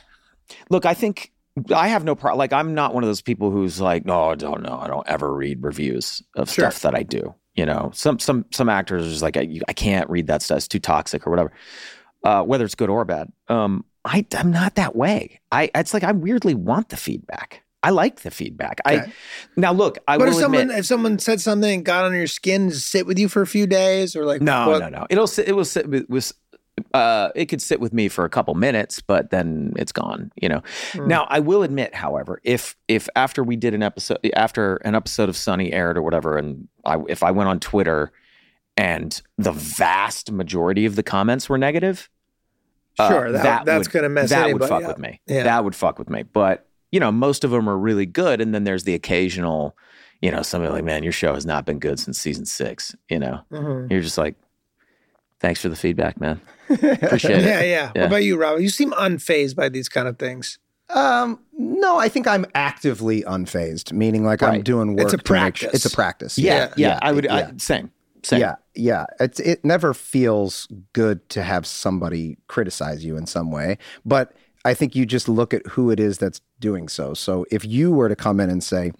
look. I think I have no problem. Like I'm not one of those people who's like, no, I don't know. I don't ever read reviews of
Sure.
stuff that I do. You know, some some some actors are just like, I, you- I can't read that stuff. It's too toxic or whatever. Uh, whether it's good or bad, um, I I'm not that way. I it's like I weirdly want the feedback. I like the feedback. I
Okay.
now look. I
but
will
if someone
admit,
if someone said something and got under your skin, sit with you for a few days, or like
no,
what-
no, no. It'll sit. It will sit with. with uh, it could sit with me for a couple minutes, but then it's gone. You know.
Mm.
Now I will admit, however, if if after we did an episode, after an episode of Sunny aired or whatever, and I if I went on Twitter, and the vast majority of the comments were negative, uh,
Sure, that,
that
that's
would-
gonna mess
that
anybody
would fuck
up.
with me.
Yeah.
That would fuck with me. But you know, most of them are really good, and then there's the occasional, you know, somebody like, man, your show has not been good since season six. You know.
Mhm.
You're just like, thanks for the feedback, man. Appreciate it.
Yeah, yeah.
Yeah.
What about you, Rob? You seem unfazed by these kind of things.
Um, no, I think I'm actively unfazed, meaning like I'm
Right.
doing work.
It's a
to make sure-
practice.
It's a practice.
Yeah, yeah.
Yeah.
I would.
yeah.
I, same. Same.
Yeah, yeah. It's it never feels good to have somebody criticize you in some way, but I think you just look at who it is that's doing so. So if you were to come in and say,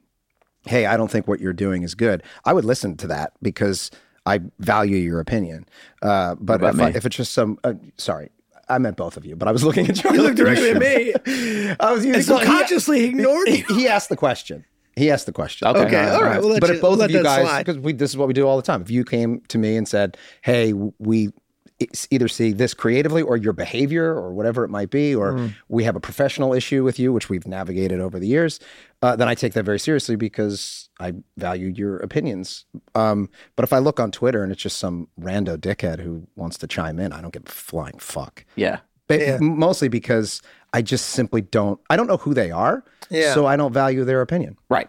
"Hey, I don't think what you're doing is good," I would listen to that because I value your opinion. Uh, but
about
if, I,
me?
if it's just some, uh, sorry, I meant both of you, but I was looking at you.
You
*laughs*
look directly at me.
I was using
And subconsciously he, ignored
he,
you.
he asked the question. He asked the question.
Okay. Okay, all
right, we'll let
but
you-
if both
let
of you
that
guys,
slide.
because we this is what we do all the time. If you came to me and said, "Hey, w- we it's either see this creatively or your behavior or whatever it might be, or
Mm.
we have a professional issue with you, which we've navigated over the years, uh, then I take that very seriously because I value your opinions. Um, but if I look on Twitter and it's just some rando dickhead who wants to chime in, I don't give a flying fuck.
Yeah.
But
Yeah.
mostly because I just simply don't. I don't know who they are,
Yeah.
so I don't value their opinion.
Right.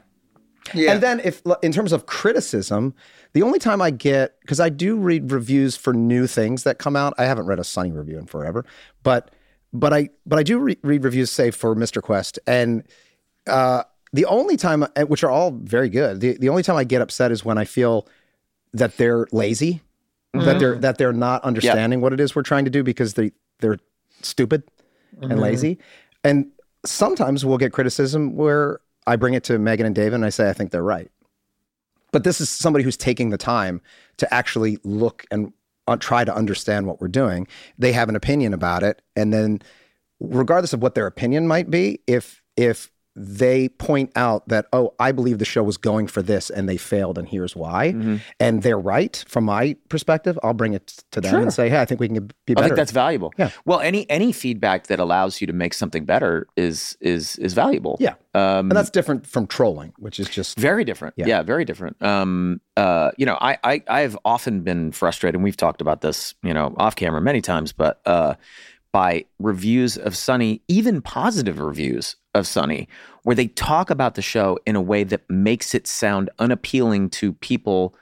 Yeah.
And then, if in terms of criticism, the only time I get because I do read reviews for new things that come out. I haven't read a Sunny review in forever, but but I but I do re- read reviews, say for Mr. Quest, and uh, the only time, uh, which are all very good, the, the only time I get upset is when I feel that they're lazy, that they're that they're not understanding what it is we're trying to do because they they're stupid and lazy. And sometimes we'll get criticism where I bring it to Megan and David and I say I think they're right. But this is somebody who's taking the time to actually look and uh, try to understand what we're doing. They have an opinion about it, and then regardless of what their opinion might be, if if they point out that oh, I believe the show was going for this and they failed, and here's why,
Mm-hmm.
and they're right from my perspective, I'll bring it to them and say, hey, I think we can be
I
better.
think that's valuable.
Yeah.
Well, any any feedback that allows you to make something better is is is valuable.
yeah,
Um,
and that's different from trolling, which is just
Very different.
Yeah.
Yeah. very different. Um, uh, you know, I, I I've often been frustrated, and we've talked about this, you know, off camera many times, but uh, by reviews of Sunny, even positive reviews of Sunny, where they talk about the show in a way that makes it sound unappealing to people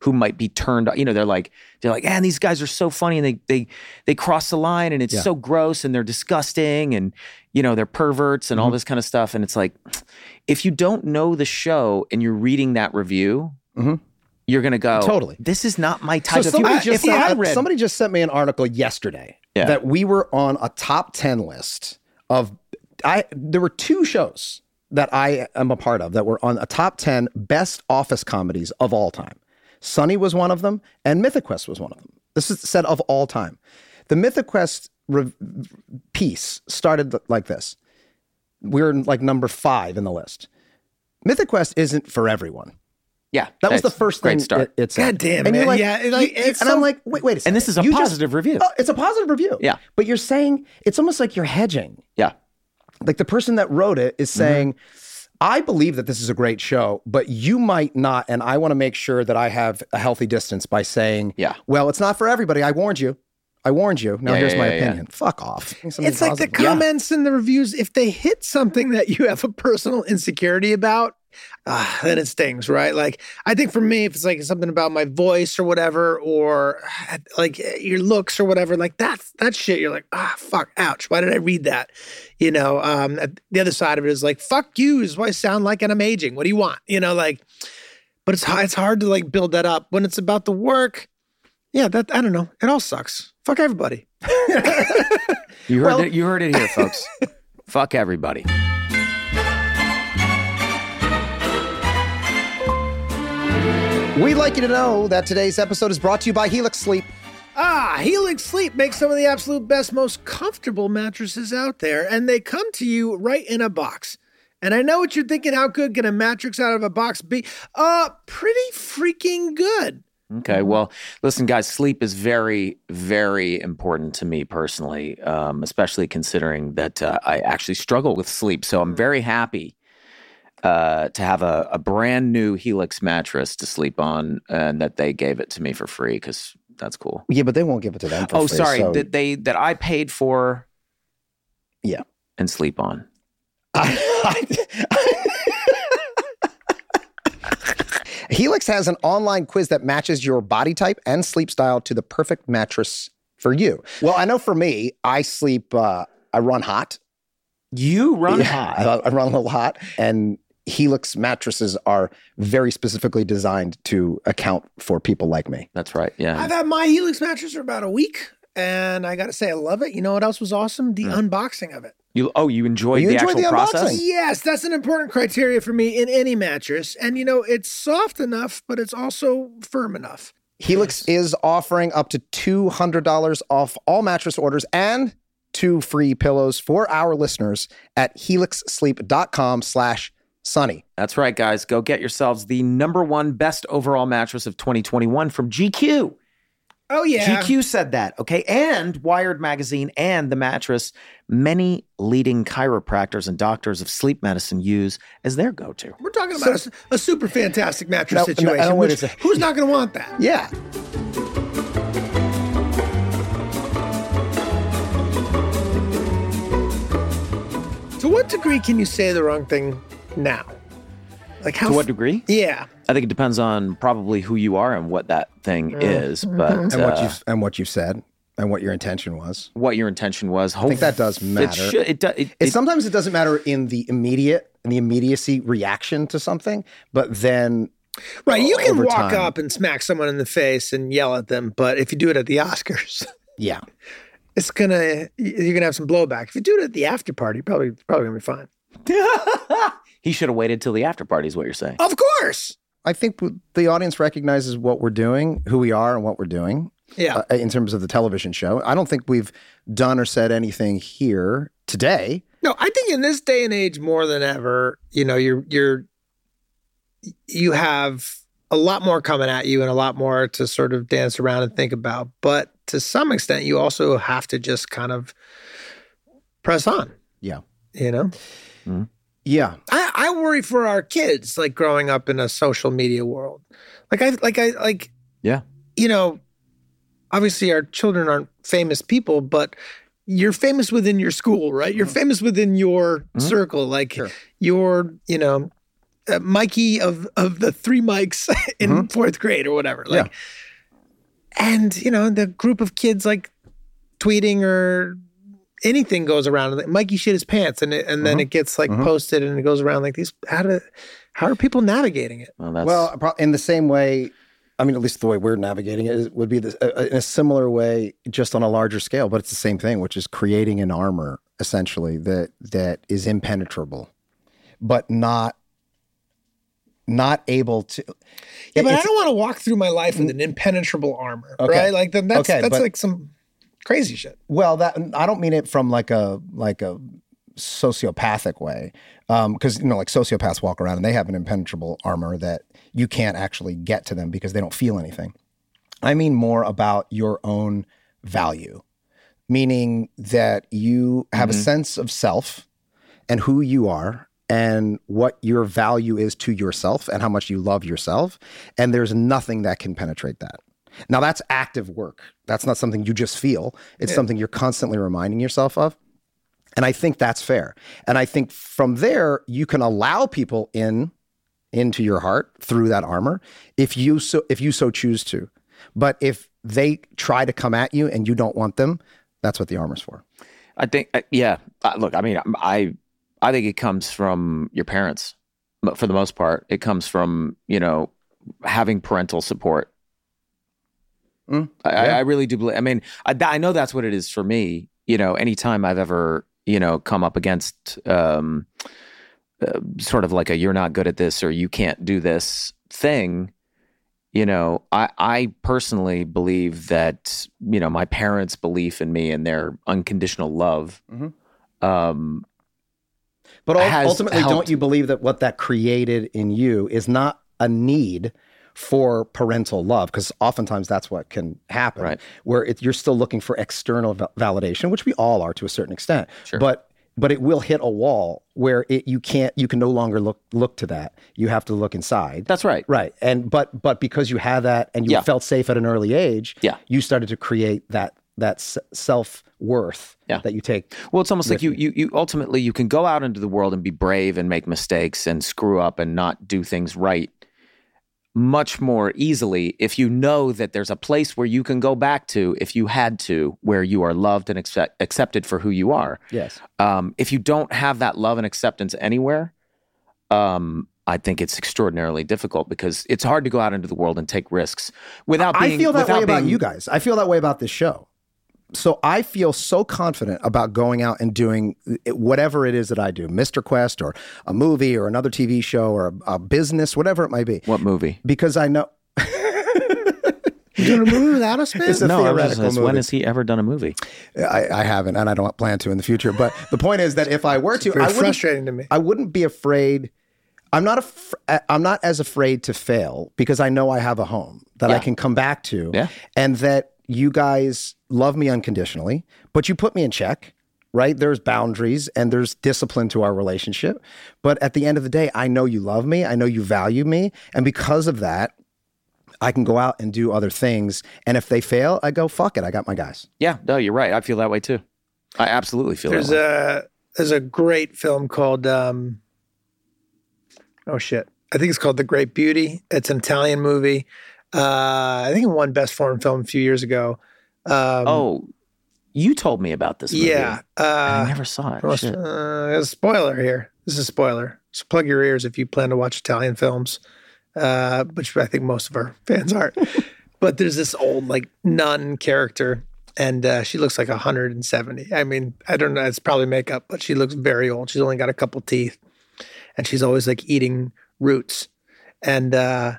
who might be turned you know they're like they're like and these guys are so funny and they they they cross the line and it's
Yeah.
so gross and they're disgusting and you know they're perverts and all
Mm-hmm.
this kind of stuff and it's like if you don't know the show and you're reading that review
Mhm.
you're gonna go
Totally.
this is not my
So
type of
somebody
if,
just,
if
sent,
I
uh,
read
somebody just sent me an article yesterday
Yeah.
that we were on a top 10 list of I there were two shows that I am a part of that were on a top 10 best office comedies of all time. Sunny was one of them and MythiQuest was one of them. This is said of all time. The MythiQuest rev piece started th- like this. We were like number 5 in the list. MythiQuest isn't for everyone.
yeah
That was the
that's a
first
great
thing
start
It, it said.
God damn,
and
man.
You're like,
Yeah, it, like,
you- you-
it's
and
so-
I'm like, wait, wait a second.
and this is a
You just-
positive review
Oh, it's a positive review.
Yeah.
But you're saying it's almost like you're hedging.
yeah
Like the person that wrote it
Mm-hmm.
is saying, I believe that this is a great show, but you might not. And I want to make sure that I have a healthy distance by saying,
Yeah.
well, it's not for everybody. I warned you. I warned you. Now
Yeah,
here's
yeah,
my
yeah, yeah.
opinion. Fuck off.
it's like the
Yeah.
comments and the reviews. If they hit something that you have a personal insecurity about, ah, then it stings, right? Like I think for me, if it's like something about my voice or whatever, or ah, like your looks or whatever, like that's that shit. You're like, ah, fuck, ouch. Why did I read that? You know. Um, at- the other side of it is like, fuck you. Is why I sound like and I'm aging. What do you want? You know, like. But it's hi- it's hard to like build that up when it's about the work. Yeah, that I don't know. It all sucks. Fuck everybody.
you heard
Well-
it you heard it here
*laughs*
folks fuck everybody
We'd like you to know that today's episode is brought to you by Helix Sleep.
Ah, Helix Sleep makes some of the absolute best, most comfortable mattresses out there, and they come to you right in a box. And I know what you're thinking how good can a mattress out of a box be? Uh, pretty freaking good.
Okay. Well, listen, guys, sleep is very, very important to me personally, um, especially considering that uh, I actually struggle with sleep. So I'm very happy uh, to have a, a brand new Helix mattress to sleep on and that they gave it to me for free because that's cool.
Yeah, but they won't give it to them. For
oh,
free,
sorry.
so-
That they that I paid for.
Yeah.
And sleep on.
Helix has an online quiz that matches your body type and sleep style to the perfect mattress for you. Well, I know for me, I sleep, uh, I run hot.
You run
Yeah,
hot.
I, I run a little hot. And Helix mattresses are very specifically designed to account for people like me.
That's right. Yeah.
I've had my Helix mattress for about a week, and I gotta say, I love it. You know what else was awesome? The unboxing of it.
You. Oh, you enjoyed
You
the
enjoyed
actual
the
process.
unboxing.
Yes, that's an important criteria for me in any mattress. And you know, it's soft enough, but it's also firm enough.
Helix is offering up to $200 off all mattress orders and two free pillows for our listeners at helixsleep.com slash sunny.
That's right, guys. Go get yourselves the number one best overall mattress of 2021 from GQ.
Oh yeah.
GQ said that, okay? And Wired Magazine and The Mattress, many leading chiropractors and doctors of sleep medicine use as their go to.
We're talking about a, a super fantastic mattress
No, no,
situation.
I don't wanna
which-
say-
who's not going to want that?
Yeah.
*laughs* To what degree can you say the wrong thing now? Like how?
To what
f-
degree?
yeah.
I think it depends on probably who you are and what that thing is, but
Mm-hmm. And what
uh,
you've and what you've said and what your intention was.
what your intention was. I
think that does matter.
It should. It, do- it,
It,
it-
sometimes it doesn't matter in the immediate in the immediacy reaction to something, but then
Right. You can
over
walk
time.
up and smack someone in the face and yell at them, but if you do it at the Oscars, *laughs*
yeah.
it's gonna you're gonna have some blowback. If you do it at the after party, you're probably probably gonna be fine.
*laughs* he should have waited till the after party. Is what you're saying?
Of course.
I think w- the audience recognizes what we're doing, who we are, and what we're doing
Yeah.
uh, in terms of the television show. I don't think we've done or said anything here today.
No, I think in this day and age, more than ever, you know, you're you're you have a lot more coming at you and a lot more to sort of dance around and think about. But to some extent, you also have to just kind of press on.
Yeah.
You know,
Yeah.
I, I worry for our kids, like growing up in a social media world. Like I like I like
Yeah.
You know, obviously our children aren't famous people, but you're famous within your school, right? You're famous within your
Mhm.
circle, like
Mm-hmm. Sure.
your, you know, uh, Mikey of of the three mics *laughs* in
Mhm.
fourth grade or whatever.
Yeah.
Like, and you know, the group of kids like tweeting or anything goes around. Like, Mikey shit his pants, and it, and then it gets like
Mhm.
posted and it goes around like these. How do how are people navigating it?
Well, that's
Well, pro- in the same way, I mean, at least the way we're navigating it is, would be this, uh, in a similar way, just on a larger scale. But it's the same thing, which is creating an armor essentially that that is impenetrable, but not not able to.
Yeah, but I
it's-
don't want to walk through my life with an impenetrable armor,
Okay.
right? Like then that's
Okay,
that's
but-
like some crazy shit.
Well, that I don't mean it from like a like a sociopathic way, because you know, like sociopaths walk around and they have an impenetrable armor that you can't actually get to them because they don't feel anything. I mean more about your own value, meaning that you have a sense of self and who you are and what your value is to yourself and how much you love yourself, and there's nothing that can penetrate that. Now that's active work. That's not something you just feel. It's something you're constantly reminding yourself of. And I think that's fair. And I think from there you can allow people in into your heart through that armor if you so if you so choose to. But if they try to come at you and you don't want them, that's what the armor's for.
I think, uh, yeah. Uh, look, I mean, I'm- I, I think it comes from your parents, but for the most part, it comes from you know having parental support.
Mm,
I, I-
yeah.
I really do believe. I mean, I, I know that's what it is for me. You know, anytime I've ever you know come up against um, uh, sort of like a "you're not good at this" or "you can't do this" thing, you know, I, I personally believe that, you know, my parents' belief in me and their unconditional love.
Mhm.
Um,
But ul-
has
ultimately, don't
helped.
you believe that what that created in you is not a need for parental love? Because oftentimes that's what can happen,
Right.
where it, you're still looking for external va- validation, which we all are to a certain extent.
Sure.
But but it will hit a wall where it you can't you can no longer look look to that. You have to look inside.
that's right.
Right. And but but because you had that and you
Yeah.
felt safe at an early age,
Yeah.
you started to create that that s- self-worth
Yeah.
that you take.
Well, it's almost like you, you, you ultimately you can go out into the world and be brave and make mistakes and screw up and not do things right much more easily if you know that there's a place where you can go back to if you had to, where you are loved and accept, accepted for who you are.
Yes.
um, if you don't have that love and acceptance anywhere, um, I think it's extraordinarily difficult because it's hard to go out into the world and take risks without being.
I feel that
without
way about
being-
you guys. I feel that way about this show. So I feel so confident about going out and doing it- whatever it is that I do, Mr. Quest or a movie or another TV show or a, a business, whatever it might be,
What movie?
because
*laughs*
I know
You doing a movie without us, man?
It's a
I was just-
theoretical movie.
when has he ever done a movie?
I, I haven't and I don't plan to in the future. But the point is that if I were to,
Very
I wouldn't
frustrating to me.
I wouldn't be afraid. I'm not. Af- I'm not as afraid to fail because I know I have a home that I
Yeah.
can come back to,
Yeah.
and that you guys love me unconditionally, but you put me in check, right? There's boundaries and there's discipline to our relationship. But at the end of the day, I know you love me. I know you value me. And because of that, I can go out and do other things. And if they fail, I go, fuck it. I got my guys.
Yeah, no, you're right. I feel that way too. I absolutely feel
There's
that way.
a there's a great film called um, oh shit, I think it's called The Great Beauty. It's an Italian movie. Uh, I think it won Best Foreign Film a few years ago. Um,
oh, you told me about this movie. Mm-hmm.
yeah.
I
Uh,
never saw it.
what's-
Shit.
uh, a spoiler here. This is a spoiler. So plug your ears if you plan to watch Italian films, uh, which I think most of our *laughs* fans aren't. but there's this old like nun character, and uh, she looks like 170. I mean, I don't know. It's probably makeup, but she looks very old. She's only got a couple teeth, and she's always like eating roots. And uh,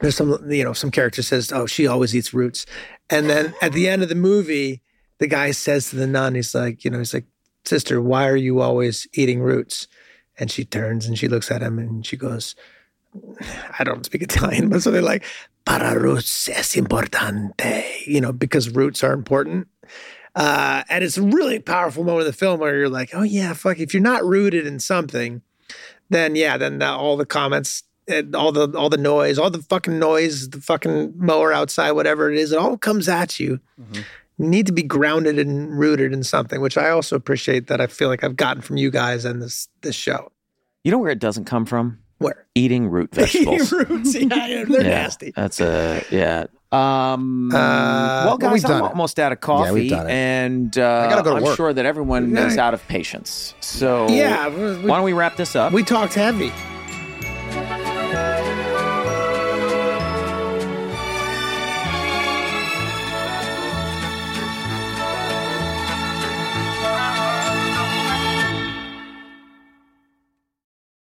there's some, you know, some character says, "Oh, she always eats roots," and then at the end of the movie, the guy says to the nun, "He's like, you know, he's like, sister, why are you always eating roots?" And she turns and she looks at him and she goes, I don't speak *laughs* Italian, but so they're like, para roots es importante, you know, because roots are important. Uh, and it's a really powerful moment of the film where you're like, oh yeah, fuck, if you're not rooted in something, then yeah, then the, all the comments, and all the all the noise, all the fucking noise, the fucking mower outside, whatever it is, it all comes at you. You need to be grounded and rooted in something, which I also appreciate that I feel like I've gotten from you guys and this this show.
You know where it doesn't come from?
Where
Eating
*laughs*
root
eating
vegetables.
*laughs* roots, yeah, they're
Yeah, Uh,
nasty.
That's a yeah. Um,
Uh,
well,
well,
guys,
we've
I'm
done it.
almost out of coffee,
Yeah, we've done it.
and uh,
I gotta go to
I'm
work.
sure that everyone
Yeah.
is out of patience. So
Yeah, we-
why don't we wrap this up?
we talked heavy.